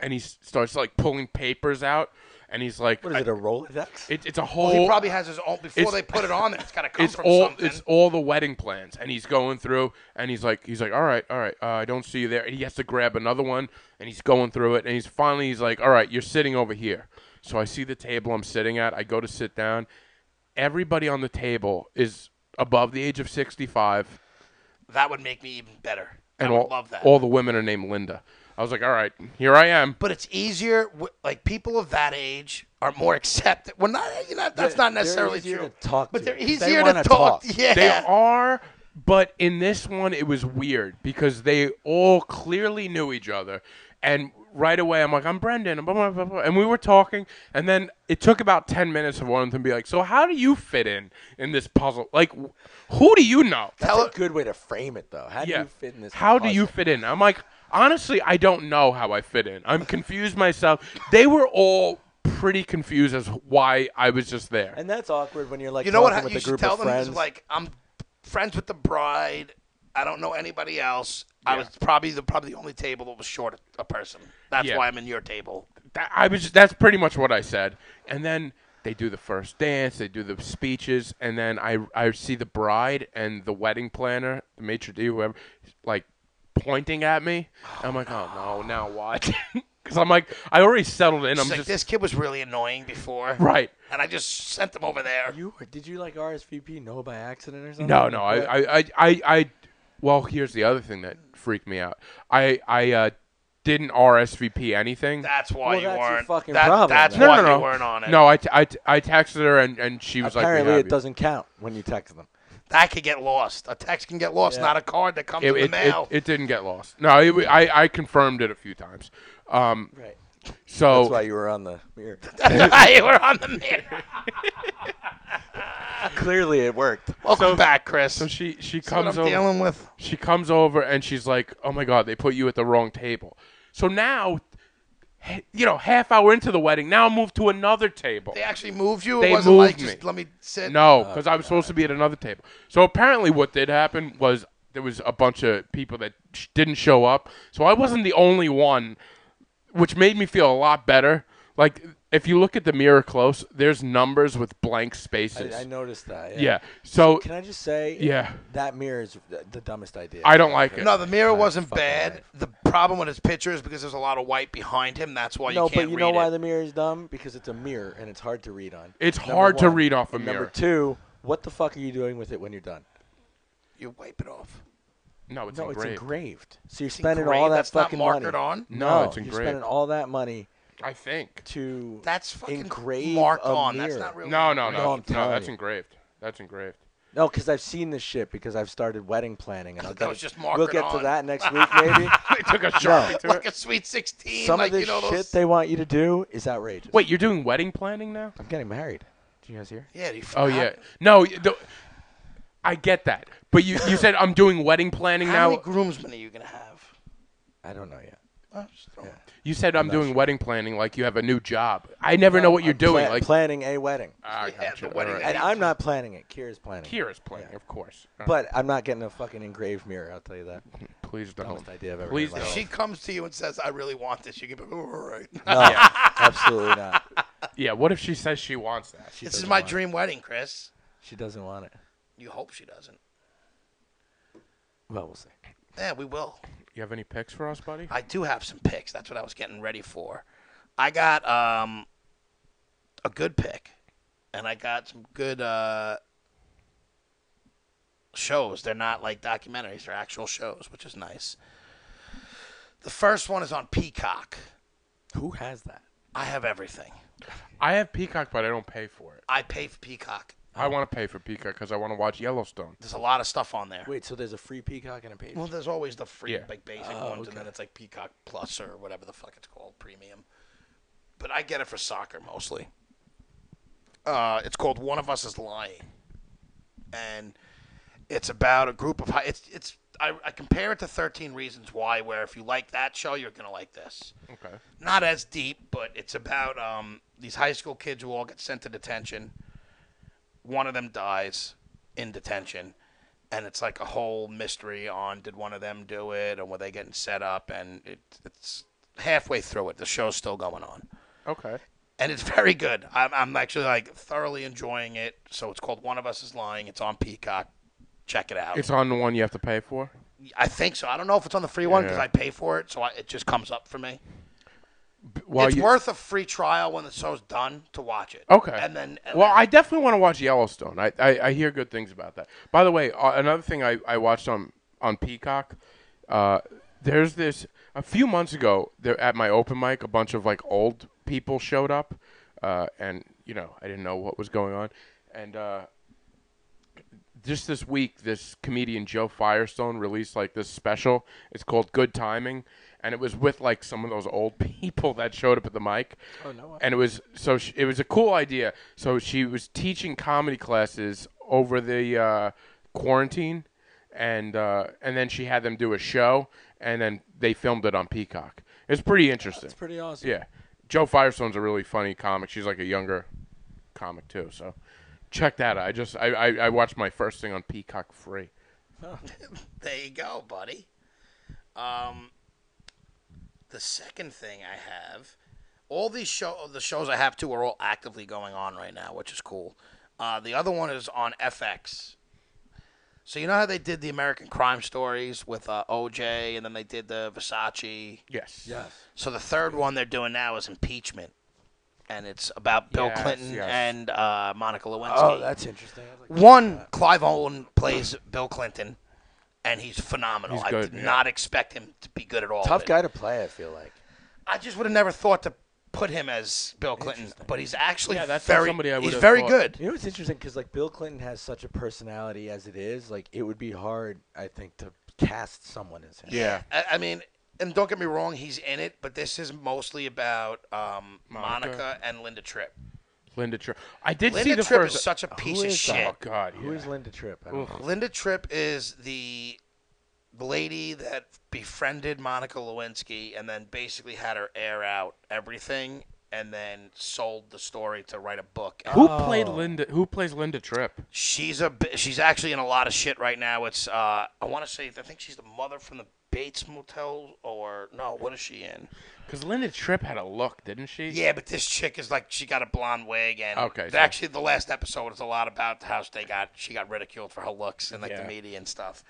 Speaker 2: and he s- starts like pulling papers out, and he's like,
Speaker 4: What is
Speaker 2: I-
Speaker 4: it? A Rolodex?
Speaker 2: it- it's a
Speaker 3: Well,
Speaker 2: whole.
Speaker 3: he probably has his own. Before
Speaker 2: it's-
Speaker 3: they put it on there, it's got to come
Speaker 2: it's
Speaker 3: from
Speaker 2: all
Speaker 3: something.
Speaker 2: it's all the wedding plans and he's going through and he's like he's like all right all right uh, i don't see you there and he has to grab another one and he's going through it and he's finally he's like all right you're sitting over here So I see the table I'm sitting at. I go to sit down. Everybody on the table is above the age of 65,
Speaker 3: That would make me even better.
Speaker 2: and
Speaker 3: I would
Speaker 2: all,
Speaker 3: love that.
Speaker 2: all the women are named Linda. I was like, all right, here I am.
Speaker 3: but it's easier. wi- Like people of that age are more accepted. Well, not you know, that's not
Speaker 4: They're
Speaker 3: necessarily
Speaker 4: easier
Speaker 3: true.
Speaker 4: to talk
Speaker 3: but
Speaker 4: to.
Speaker 3: they're
Speaker 4: They
Speaker 3: easier to
Speaker 4: wanna
Speaker 3: talk.
Speaker 4: talk.
Speaker 3: Yeah,
Speaker 2: They are, but in this one, it was weird because they all clearly knew each other. And right away, I'm like, I'm Brendan. and blah, blah, blah, blah. And we were talking. And then it took about 10 minutes of one of them to be like, So, how do you fit in in this puzzle? Like, wh- who do you know?
Speaker 4: That's a good way to frame it, though. How do
Speaker 2: yeah.
Speaker 4: you fit in this?
Speaker 2: how do you
Speaker 4: puzzle?
Speaker 2: fit in? I'm like, honestly, I don't know how I fit in. I'm confused myself. They were all pretty confused as why I was just there.
Speaker 4: And that's awkward when you're like
Speaker 3: you know what?
Speaker 4: talking
Speaker 3: You
Speaker 4: with a
Speaker 3: should
Speaker 4: group
Speaker 3: tell
Speaker 4: of
Speaker 3: them
Speaker 4: friends.
Speaker 3: is like I'm friends with the bride. I don't know anybody else. I
Speaker 2: Yeah.
Speaker 3: was probably the probably the only table that was short a person. That's
Speaker 2: Yeah.
Speaker 3: why I'm in your table.
Speaker 2: that, I was. That's pretty much what I said. And then they do the first dance. They do the speeches, and then I I see the bride and the wedding planner, the maitre d, whoever, like pointing at me. I'm like, oh no, now what? Because I'm like, I already settled in. I'm
Speaker 3: It's like
Speaker 2: just
Speaker 3: this kid was really annoying before,
Speaker 2: right.
Speaker 3: and I just sent them over there.
Speaker 4: you were, did you like RSVP? No, by accident or something?
Speaker 2: No, no, I, I, I, I, I. Well, here's the other thing that freaked me out. I, I uh, didn't RSVP anything.
Speaker 3: That's why
Speaker 4: Well,
Speaker 3: you
Speaker 4: that's your
Speaker 3: weren't.
Speaker 4: fucking
Speaker 3: that,
Speaker 4: problem,
Speaker 3: That's
Speaker 4: man.
Speaker 2: no,
Speaker 3: why
Speaker 2: no, no.
Speaker 3: you weren't on it.
Speaker 2: No, I, t- I, t- I texted her and, and she was
Speaker 4: Apparently,
Speaker 2: like, we have
Speaker 4: it
Speaker 2: you.
Speaker 4: doesn't count when you text them.
Speaker 3: that could get lost. A text can get lost,
Speaker 4: Yeah.
Speaker 3: not a card that comes
Speaker 2: it,
Speaker 3: in the
Speaker 2: it, it,
Speaker 3: mail.
Speaker 2: it didn't get lost. No, it, w- I, I confirmed it a few times. Um,
Speaker 4: Right.
Speaker 2: so
Speaker 4: That's why you were on the mirror.
Speaker 3: That's why you were on the mail.
Speaker 4: Clearly, it worked.
Speaker 3: Welcome back, Chris.
Speaker 2: so she she
Speaker 3: See what I'm
Speaker 2: comes over.
Speaker 3: dealing with.
Speaker 2: She comes over and she's like, "Oh my god, they put you at the wrong table." So now, h- you know, half hour into the wedding, now move to another table.
Speaker 3: They actually moved you.
Speaker 2: They
Speaker 3: it wasn't like
Speaker 2: moved
Speaker 3: just
Speaker 2: me.
Speaker 3: let me sit.
Speaker 2: No,
Speaker 4: Oh,
Speaker 2: because I was supposed to be at another table. So apparently, what did happen was there was a bunch of people that sh- didn't show up. So I wasn't the only one, which made me feel a lot better. Like if you look at the mirror close, there's numbers with blank spaces.
Speaker 4: I, I noticed that. Yeah.
Speaker 2: Yeah. So
Speaker 4: Can I just say?
Speaker 2: Yeah.
Speaker 4: That mirror is th- the dumbest idea.
Speaker 2: I don't like it.
Speaker 3: No, the mirror wasn't
Speaker 4: fucking
Speaker 3: bad.
Speaker 4: right.
Speaker 3: The problem with his picture is because there's a lot of white behind him. That's why you
Speaker 4: no,
Speaker 3: can't
Speaker 4: but you
Speaker 3: read
Speaker 4: know why
Speaker 3: it.
Speaker 4: the mirror is dumb? Because it's a mirror and it's hard to read on.
Speaker 2: It's
Speaker 4: Number
Speaker 2: hard to
Speaker 4: one.
Speaker 2: read off a
Speaker 4: And
Speaker 2: mirror.
Speaker 4: Number two, what the fuck are you doing with it when you're done?
Speaker 3: You wipe it off.
Speaker 2: No, it's
Speaker 4: no,
Speaker 2: engraved.
Speaker 4: it's engraved. So you're
Speaker 3: It's
Speaker 4: spending
Speaker 3: engraved.
Speaker 4: all that
Speaker 3: That's
Speaker 4: fucking
Speaker 3: not markered
Speaker 4: money.
Speaker 3: on.
Speaker 2: No,
Speaker 4: No,
Speaker 2: it's
Speaker 4: you're
Speaker 2: engraved.
Speaker 4: spending all that money
Speaker 2: I think.
Speaker 4: to
Speaker 3: That's fucking
Speaker 4: engrave
Speaker 3: marked
Speaker 4: a
Speaker 3: on.
Speaker 4: Mirror.
Speaker 3: That's not real.
Speaker 2: No, no,
Speaker 3: engraved.
Speaker 2: no.
Speaker 4: No, I'm telling
Speaker 2: that's
Speaker 4: you.
Speaker 2: engraved. That's engraved.
Speaker 4: No, because I've seen this shit because I've started wedding planning and I'll
Speaker 3: That
Speaker 4: get-
Speaker 3: was just
Speaker 4: We'll
Speaker 3: markered
Speaker 4: get
Speaker 3: on.
Speaker 4: to that next week, maybe.
Speaker 2: I took a sharpie to
Speaker 3: Like
Speaker 2: it.
Speaker 3: a sweet sixteen.
Speaker 4: Some
Speaker 3: like
Speaker 4: of this
Speaker 3: you know
Speaker 4: shit
Speaker 3: those.
Speaker 4: they want you to do is outrageous.
Speaker 2: Wait, you're doing wedding planning now?
Speaker 4: I'm getting married. Did you guys hear?
Speaker 3: yeah. You
Speaker 2: Oh
Speaker 3: forgot.
Speaker 2: yeah. No, y- the- I get that. But you, you said I'm doing wedding planning
Speaker 3: How
Speaker 2: now.
Speaker 3: many groomsmen are you gonna have?
Speaker 4: I don't know yet.
Speaker 3: I'm just throwing-
Speaker 2: you said I'm doing wedding planning like you have a new job. I never know what you're
Speaker 4: I'm
Speaker 2: doing.
Speaker 4: uh, pla-
Speaker 2: like
Speaker 4: planning a wedding,
Speaker 2: Ah,
Speaker 3: Yeah,
Speaker 2: gotcha.
Speaker 3: the wedding
Speaker 2: All right.
Speaker 4: and I'm not planning it. Kira's planning. it.
Speaker 2: Kira's planning, of course. Uh,
Speaker 4: But I'm not getting a fucking engraved mirror. I'll tell you that.
Speaker 2: please don't.
Speaker 4: Dumbest idea I've ever
Speaker 2: Please
Speaker 4: heard. in
Speaker 3: If
Speaker 4: my
Speaker 2: don't.
Speaker 3: she
Speaker 4: life.
Speaker 3: comes to you and says, "I really want this," you can be "All right.
Speaker 4: No, absolutely not.
Speaker 2: Yeah. What if she says she wants that?
Speaker 4: She
Speaker 3: This is
Speaker 4: doesn't
Speaker 3: my
Speaker 4: want it.
Speaker 3: dream wedding, Chris.
Speaker 4: She doesn't want it.
Speaker 3: You hope she doesn't.
Speaker 4: Well, we'll see.
Speaker 3: Yeah, we will.
Speaker 2: You have any picks for us, buddy?
Speaker 3: I do have some picks. That's what I was getting ready for. I got um a good pick, and I got some good uh shows. They're not like documentaries; they're actual shows, which is nice. The first one is on Peacock.
Speaker 4: Who has that?
Speaker 3: I have everything.
Speaker 2: I have Peacock, but I don't pay for it.
Speaker 3: I pay for Peacock.
Speaker 2: I want to pay for Peacock because I want to watch Yellowstone.
Speaker 3: There's a lot of stuff on there.
Speaker 4: Wait, so there's a free peacock and a page?
Speaker 3: Well, there's always the free,
Speaker 2: Yeah.
Speaker 3: like basic ones, and then it's like Peacock Plus or whatever the fuck it's called, premium. But I get it for soccer mostly. Uh, it's called One of Us Is Lying, and it's about a group of high. It's it's I, I compare it to Thirteen Reasons Why, where if you like that show, you're gonna like this.
Speaker 2: Okay.
Speaker 3: Not as deep, but it's about um, these high school kids who all get sent to detention one of them dies in detention and it's like a whole mystery on did one of them do it and were they getting set up and it, it's halfway through it the show's still going on
Speaker 2: Okay.
Speaker 3: and it's very good I'm, I'm actually like thoroughly enjoying it so it's called one of us is lying it's on peacock check it out
Speaker 2: It's on the one you have to pay for.
Speaker 3: i think so i don't know if it's on the free one because
Speaker 2: Yeah.
Speaker 3: i pay for it so I, it just comes up for me
Speaker 2: b- while
Speaker 3: it's
Speaker 2: you.
Speaker 3: worth a free trial when the show's done to watch it.
Speaker 2: Okay.
Speaker 3: And then uh, and
Speaker 2: well,
Speaker 3: then-
Speaker 2: I definitely want to watch Yellowstone. I, I, I hear good things about that. By the way, uh, another thing I, I watched on on Peacock, uh, there's this a few months ago there at my open mic, a bunch of like old people showed up, uh, and you know I didn't know what was going on, and uh, just this week, this comedian Joe Firestone released like this special. It's called Good Timing, and it was with like some of those old people that showed up at the mic. Oh no! And it was so sh it was a cool idea. So she was teaching comedy classes over the uh, quarantine, and uh, and then she had them do a show, and then they filmed it on Peacock. It's pretty interesting.
Speaker 4: Pretty awesome.
Speaker 2: Yeah. Joe Firestone's a really funny comic. She's like a younger comic too, so check that out. I just I, I, I watched my first thing on Peacock free.
Speaker 3: there you go, buddy. Um, the second thing I have, all these show the shows I have too are all actively going on right now, which is cool. Uh, the other one is on FX. So you know how they did the American Crime Stories with uh, OJ, and then they did the Versace.
Speaker 2: Yes. Yes.
Speaker 3: So the third one they're doing now is impeachment, and it's about Bill
Speaker 2: Yes,
Speaker 3: Clinton
Speaker 2: yes.
Speaker 3: and uh, Monica Lewinsky.
Speaker 4: Oh, that's interesting. I was like,
Speaker 3: One, Clive Owen plays Bill Clinton, and he's phenomenal.
Speaker 2: He's
Speaker 3: I
Speaker 2: good,
Speaker 3: did
Speaker 2: yeah.
Speaker 3: not expect him to be good at all.
Speaker 4: Tough
Speaker 3: But
Speaker 4: guy to play. I feel like.
Speaker 3: I just would have never thought to put him as Bill Clinton, but he's actually
Speaker 2: Yeah, that's not
Speaker 3: very.
Speaker 2: somebody I
Speaker 3: he's
Speaker 2: would've
Speaker 3: very
Speaker 2: thought.
Speaker 3: good.
Speaker 4: You know what's interesting? Because like Bill Clinton has such a personality as it is, like it would be hard, I think, to cast someone as him.
Speaker 2: Yeah.
Speaker 3: I, I mean, and don't get me wrong, he's in it, but this is mostly about um, Monica. and Linda Tripp.
Speaker 2: Linda Tripp. I did see
Speaker 3: Linda
Speaker 2: the
Speaker 3: Tripp
Speaker 2: first
Speaker 3: is such a piece of
Speaker 4: is
Speaker 3: shit.
Speaker 2: Oh god.
Speaker 4: Who
Speaker 2: yeah.
Speaker 4: is Linda Tripp? I don't know.
Speaker 3: Linda Tripp is the lady that befriended Monica Lewinsky and then basically had her air out everything and then sold the story to write a book. And
Speaker 2: Who played Linda who plays Linda Tripp?
Speaker 3: She's a bi- she's actually in a lot of shit right now. It's uh I want to say I think she's the mother from the Bates Motel or no, what is she in?
Speaker 2: Cuz Linda Tripp had a look, didn't she?
Speaker 3: Yeah, but this chick is like she got a blonde wig and
Speaker 2: Okay, so-
Speaker 3: actually the last episode is a lot about how she- they got she got ridiculed for her looks and like
Speaker 2: Yeah.
Speaker 3: the media and stuff.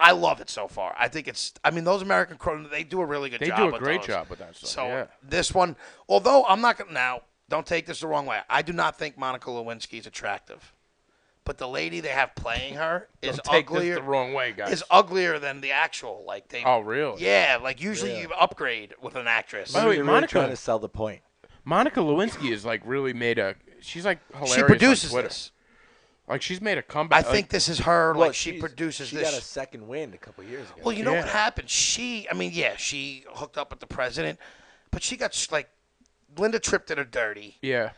Speaker 3: I love it so far. I think it's I mean those American Crone they do a really good
Speaker 2: They
Speaker 3: job.
Speaker 2: do a
Speaker 3: with
Speaker 2: great
Speaker 3: those.
Speaker 2: job with that stuff.
Speaker 3: So
Speaker 2: yeah.
Speaker 3: this one, although I'm not gonna now don't take this the wrong way. I do not think Monica Lewinsky is attractive, but the lady they have playing her is
Speaker 2: Take
Speaker 3: uglier
Speaker 2: this the wrong way, guys.
Speaker 3: is uglier than the actual like they.
Speaker 2: Oh, really?
Speaker 3: Yeah, like usually you upgrade with an actress.
Speaker 2: By the way,
Speaker 4: They're really
Speaker 2: Monica-
Speaker 4: trying to sell the point.
Speaker 2: Monica Lewinsky is like really made a she's like hilarious
Speaker 3: she produces
Speaker 2: on Twitter.
Speaker 3: this.
Speaker 2: Like she's made a
Speaker 3: I
Speaker 2: comeback.
Speaker 3: think this is her.
Speaker 4: Uh, Well,
Speaker 3: like she
Speaker 4: she's-
Speaker 3: produces
Speaker 4: she
Speaker 3: this.
Speaker 4: got a second win a couple years ago.
Speaker 3: well, you know what
Speaker 2: Yeah.
Speaker 3: happened? She, I mean, yeah, she hooked up with the president, but she got like Linda Tripp did her dirty.
Speaker 2: like, Yeah.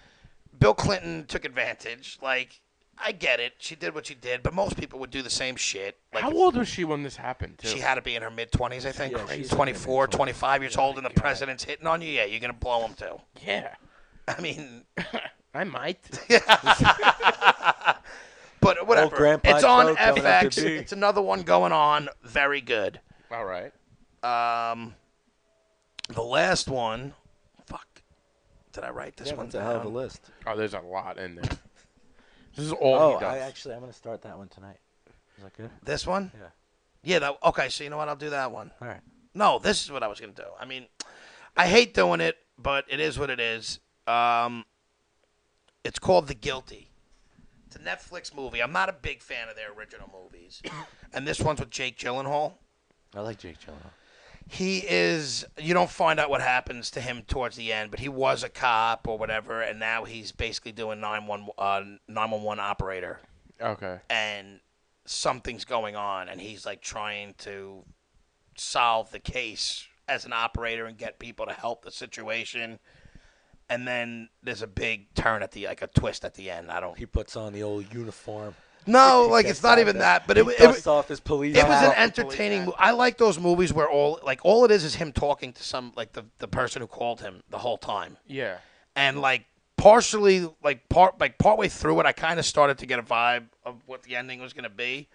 Speaker 3: Bill Clinton took advantage. Like, I get it. She did what she did, but most people would do the same shit. Like,
Speaker 2: How old was she when this happened? Too?
Speaker 3: she had to be in her mid 20s, I think.
Speaker 4: Yeah, she's in her
Speaker 3: 24, 25 years old, and the president's hitting on you. Yeah, you're going to blow him too.
Speaker 2: yeah.
Speaker 3: I mean,
Speaker 2: I might.
Speaker 3: but whatever.
Speaker 4: Grandpa
Speaker 3: it's on
Speaker 4: Joe coming after
Speaker 3: FX.
Speaker 4: me.
Speaker 3: It's another one going on. Very good.
Speaker 2: All right.
Speaker 3: Um, the last one. Fuck. Did I write this
Speaker 4: Yeah,
Speaker 3: one
Speaker 4: that's a
Speaker 3: down?
Speaker 4: hell of a list.
Speaker 2: Oh, there's a lot in there. This is all
Speaker 4: Oh,
Speaker 2: he does.
Speaker 4: I actually I'm gonna start that one tonight. Is that good?
Speaker 3: This one?
Speaker 4: Yeah.
Speaker 3: Yeah. That, okay. So you know what? I'll do that one.
Speaker 4: All right.
Speaker 3: No, this is what I was gonna do. I mean, I hate doing it, but it is what it is. Um, it's called The Guilty. It's a Netflix movie. I'm not a big fan of their original movies, and this one's with Jake Gyllenhaal.
Speaker 4: I like Jake Gyllenhaal.
Speaker 3: he is you don't find out what happens to him towards the end but he was a cop or whatever and now he's basically doing 911 uh, 911 operator
Speaker 2: okay.
Speaker 3: and something's going on and he's like trying to solve the case as an operator and get people to help the situation and then there's a big turn at the like a twist at the end i don't
Speaker 4: He puts on the old uniform.
Speaker 3: no like
Speaker 4: He
Speaker 3: it's
Speaker 4: dusts
Speaker 3: not
Speaker 4: off
Speaker 3: even
Speaker 4: his-
Speaker 3: that but it,
Speaker 4: he
Speaker 3: it,
Speaker 4: dusts off his police.
Speaker 3: it was an
Speaker 4: hat.
Speaker 3: entertaining. Mo- I like those movies where all like all it is is him talking to some like the the person who called him the whole time,
Speaker 2: Yeah.
Speaker 3: and like partially like part like partway through it, I kind of started to get a vibe of what the ending was gonna be.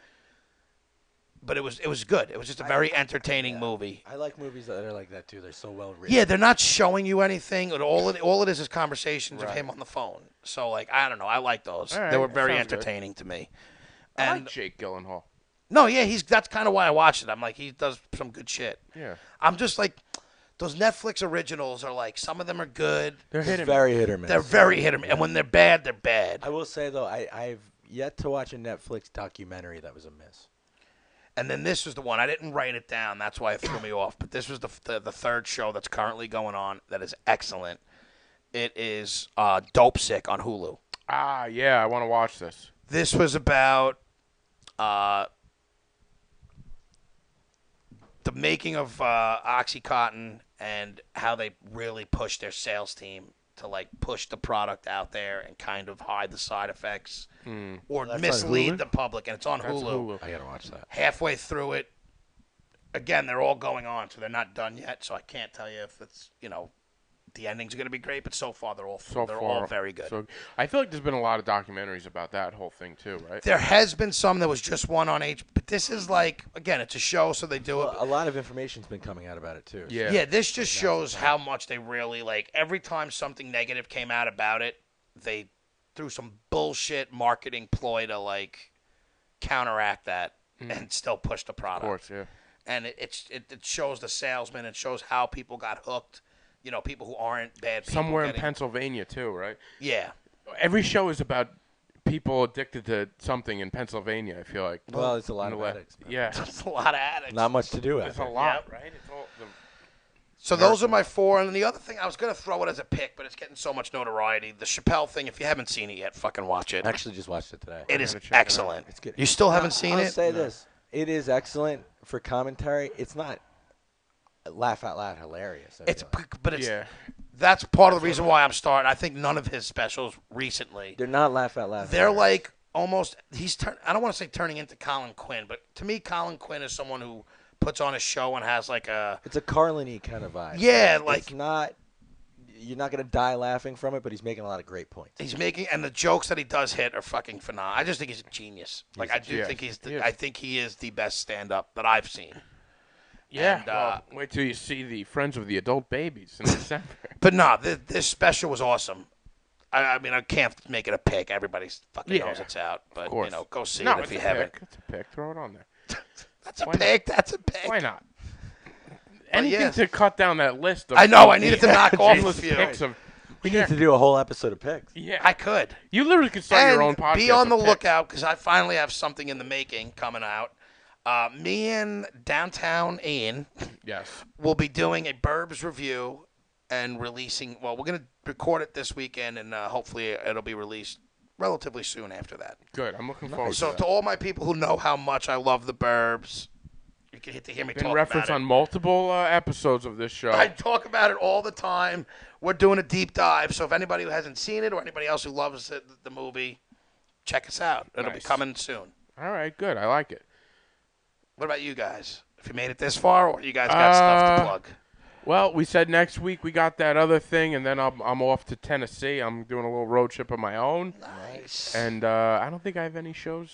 Speaker 3: But it was it was good. It was just a very entertaining movie.
Speaker 4: I like movies that are like that too. They're so well written.
Speaker 3: Yeah, they're not showing you anything. and All it all it is is conversations of him on the phone. So like I don't know. I like those.
Speaker 2: All right,
Speaker 3: they were
Speaker 2: that
Speaker 3: very
Speaker 2: sounds good.
Speaker 3: entertaining to me.
Speaker 2: I
Speaker 3: And
Speaker 2: like Jake Gyllenhaal.
Speaker 3: no, yeah, he's that's kind of why I watched it. I'm like he does some good shit.
Speaker 2: Yeah.
Speaker 3: I'm just like, Those Netflix originals are like some of them are good.
Speaker 2: They're
Speaker 4: It's
Speaker 2: hitting.
Speaker 4: very hit or miss.
Speaker 3: They're very hit or miss, and when they're bad, they're bad.
Speaker 4: I will say though, I, I've yet to watch a Netflix documentary that was a miss.
Speaker 3: And then this was the one I didn't write it down. That's why it threw me off. But this was the the, the third show that's currently going on that is excellent. It is uh, Dope Sick on Hulu.
Speaker 2: Ah, yeah, I want to watch this.
Speaker 3: This was about uh, the making of uh, OxyContin and how they really pushed their sales team to like push the product out there and kind of hide the side effects or mislead the public. And it's on
Speaker 2: That's Hulu.
Speaker 4: I gotta watch that.
Speaker 3: halfway through it. Again, they're all going on, so they're not done yet. So I can't tell you if it's you know the ending's going to be great, but so far they're all
Speaker 2: So
Speaker 3: they're
Speaker 2: far,
Speaker 3: all very good.
Speaker 2: So I feel like there's been a lot of documentaries about that whole thing too, right?
Speaker 3: there has been some that was just one on H, but this is like again, it's a show, so they do it.
Speaker 4: Well, a lot of information's been coming out about it too. so-
Speaker 2: Yeah.
Speaker 3: yeah. this just shows how much they really like. Every time something negative came out about it, they threw some bullshit marketing ploy to like counteract that and still push the product.
Speaker 2: Mm. Of course, yeah.
Speaker 3: and it, it's it, it shows the salesman. It shows how people got hooked. You know, people who aren't bad. People
Speaker 2: Somewhere in
Speaker 3: getting-
Speaker 2: Pennsylvania too, right?
Speaker 3: Yeah,
Speaker 2: Every show is about people addicted to something in Pennsylvania. I feel like.
Speaker 4: Well, it's a lot
Speaker 2: In
Speaker 4: of
Speaker 2: the le-
Speaker 4: addicts. man.
Speaker 2: Yeah,
Speaker 3: it's a lot of addicts.
Speaker 4: Not much to do. out
Speaker 2: it's a
Speaker 4: there.
Speaker 2: lot, right? It's all the,
Speaker 3: so those are my four. And the other thing, I was gonna throw it as a pick, but it's getting so much notoriety. The Chappelle thing. If you haven't seen it yet, fucking watch it.
Speaker 4: I actually just watched it today.
Speaker 3: It is
Speaker 2: gonna check it out.
Speaker 3: excellent.
Speaker 4: It's good.
Speaker 3: You still haven't seen
Speaker 4: I'll
Speaker 3: it?
Speaker 4: say this: it is excellent for commentary. It's not laugh out loud hilarious. I
Speaker 3: It's
Speaker 4: feel like.
Speaker 3: p- but it's
Speaker 2: Yeah.
Speaker 3: that's part of the reason why I'm starting. I think none of his specials recently.
Speaker 4: they're not laugh out loud.
Speaker 3: They're
Speaker 4: hilarious.
Speaker 3: like almost he's turn I don't want to say turning into Colin Quinn, but to me Colin Quinn is someone who puts on a show and has like a
Speaker 4: it's a Carlin-y kind of vibe.
Speaker 3: Yeah,
Speaker 4: it's
Speaker 3: like-
Speaker 4: not. You're not gonna die laughing from it, but he's making a lot of great points.
Speaker 3: he's making and the jokes that he does hit are fucking phenomenal. I just think he's a genius. Like I do
Speaker 2: genius.
Speaker 3: think he's the,
Speaker 2: He is.
Speaker 3: I think he is the best stand up that I've seen.
Speaker 2: yeah.
Speaker 3: And, uh,
Speaker 2: well, wait till you see the Friends of the Adult Babies in December.
Speaker 3: But no, th- this special was awesome. I, I mean, I can't make it a pick. Everybody fucking
Speaker 2: Yeah.
Speaker 3: knows it's out, but
Speaker 2: course.
Speaker 3: you know, go see
Speaker 2: no,
Speaker 3: it
Speaker 2: it's
Speaker 3: if you
Speaker 2: a
Speaker 3: haven't.
Speaker 2: pick. It's a pick. Throw it on there.
Speaker 3: That's a
Speaker 2: Why not?
Speaker 3: pick. That's a pick.
Speaker 2: Why not? Anything
Speaker 3: yeah.
Speaker 2: to cut down that list. Of
Speaker 3: I know. I needed to
Speaker 2: the
Speaker 3: knock off a
Speaker 2: endless
Speaker 3: few.
Speaker 2: picks of.
Speaker 4: We need to do a whole episode of picks.
Speaker 2: Yeah,
Speaker 3: I could.
Speaker 2: you literally could start your own
Speaker 3: And
Speaker 2: podcast.
Speaker 3: Be on the
Speaker 2: of picks.
Speaker 3: lookout because I finally have something in the making coming out. Uh, me and Downtown Ian
Speaker 2: Yes.
Speaker 3: will be doing a Burbs review and releasing. Well, we're going to record it this weekend and uh, hopefully it'll be released relatively soon after that.
Speaker 2: Good. I'm looking forward
Speaker 3: So,
Speaker 2: to
Speaker 3: to
Speaker 2: that.
Speaker 3: all my people who know how much I love the Burbs, you can hit to hear me
Speaker 2: Been
Speaker 3: talk
Speaker 2: referenced
Speaker 3: about it.
Speaker 2: on multiple uh, episodes of this show.
Speaker 3: I talk about it all the time. We're doing a deep dive, so if anybody who hasn't seen it or anybody else who loves it, the movie, check us out. It'll
Speaker 2: Nice.
Speaker 3: be coming soon.
Speaker 2: All right, good. I like it.
Speaker 3: What about you guys? If you made it this far, or you guys got stuff to
Speaker 2: Uh,
Speaker 3: plug?
Speaker 2: Well, we said next week we got that other thing, and then I'm, I'm off to Tennessee. I'm doing a little road trip of my own,
Speaker 3: Nice.
Speaker 2: and uh, I don't think I have any shows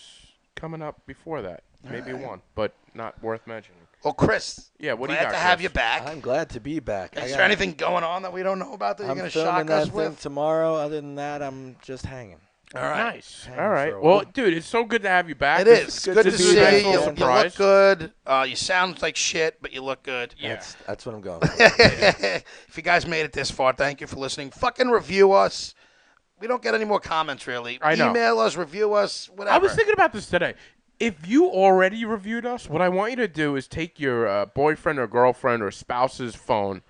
Speaker 2: coming up before that. Maybe one, but not worth mentioning.
Speaker 3: Well, Chris.
Speaker 2: Yeah, what do you
Speaker 3: glad
Speaker 2: got,
Speaker 3: to have
Speaker 2: Chris?
Speaker 3: you back.
Speaker 4: I'm glad to be back. I
Speaker 3: Is there
Speaker 4: got-
Speaker 3: anything going on that we don't know about that you're
Speaker 4: I'm
Speaker 3: going to
Speaker 4: filming
Speaker 3: shock
Speaker 4: that
Speaker 3: us
Speaker 4: thing
Speaker 3: with?
Speaker 4: tomorrow. Other than that, I'm just hanging.
Speaker 3: All right.
Speaker 2: Nice.
Speaker 4: Hang
Speaker 2: All
Speaker 4: for
Speaker 2: right.
Speaker 4: a
Speaker 2: Well,
Speaker 4: while.
Speaker 2: dude, it's so good to have you back.
Speaker 3: It
Speaker 2: This
Speaker 3: is
Speaker 2: is
Speaker 3: good, to
Speaker 4: to
Speaker 2: be
Speaker 3: see
Speaker 2: back.
Speaker 3: you. You
Speaker 2: Surprise.
Speaker 3: look good. Uh, you sound like shit, but you look good.
Speaker 4: That's that's what I'm going. For.
Speaker 3: if you guys made it this far, thank you for listening. Fucking review us. We don't get any more comments, really.
Speaker 2: I know.
Speaker 3: Email us, review us, whatever.
Speaker 2: I was thinking about this today. If you already reviewed us, what I want you to do is take your uh, boyfriend or girlfriend or spouse's phone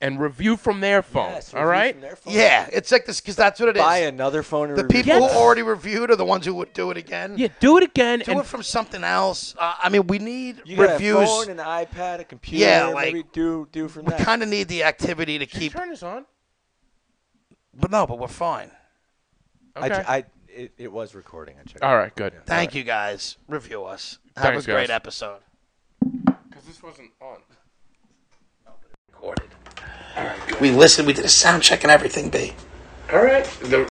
Speaker 2: and review from their phone.
Speaker 4: Yes,
Speaker 2: all
Speaker 4: review
Speaker 2: right?
Speaker 4: from their phone.
Speaker 3: yeah, it's like this because that's what it is.
Speaker 4: Buy another phone. And
Speaker 3: The
Speaker 4: review
Speaker 3: people
Speaker 4: it.
Speaker 2: Yes.
Speaker 3: who already reviewed are the ones who would do it again.
Speaker 2: Yeah, do it again.
Speaker 3: Do
Speaker 2: and
Speaker 3: it from something else. Uh, I mean, we need
Speaker 4: You got a
Speaker 3: reviews.
Speaker 4: phone, an iPad, a computer.
Speaker 3: Yeah, like-
Speaker 4: maybe do do from
Speaker 3: we
Speaker 4: that.
Speaker 3: kind of need the activity to keep.
Speaker 2: turn this on.
Speaker 3: But no, but we're fine.
Speaker 2: Okay.
Speaker 4: I, I it, it was recording. I checked.
Speaker 2: all right, good.
Speaker 3: Thank you guys. Review us. That
Speaker 2: Thanks,
Speaker 3: was a great
Speaker 2: guys.
Speaker 3: episode.
Speaker 2: Because this wasn't on.
Speaker 3: Recorded. We listened. We did a sound check and everything, B.
Speaker 2: All right. The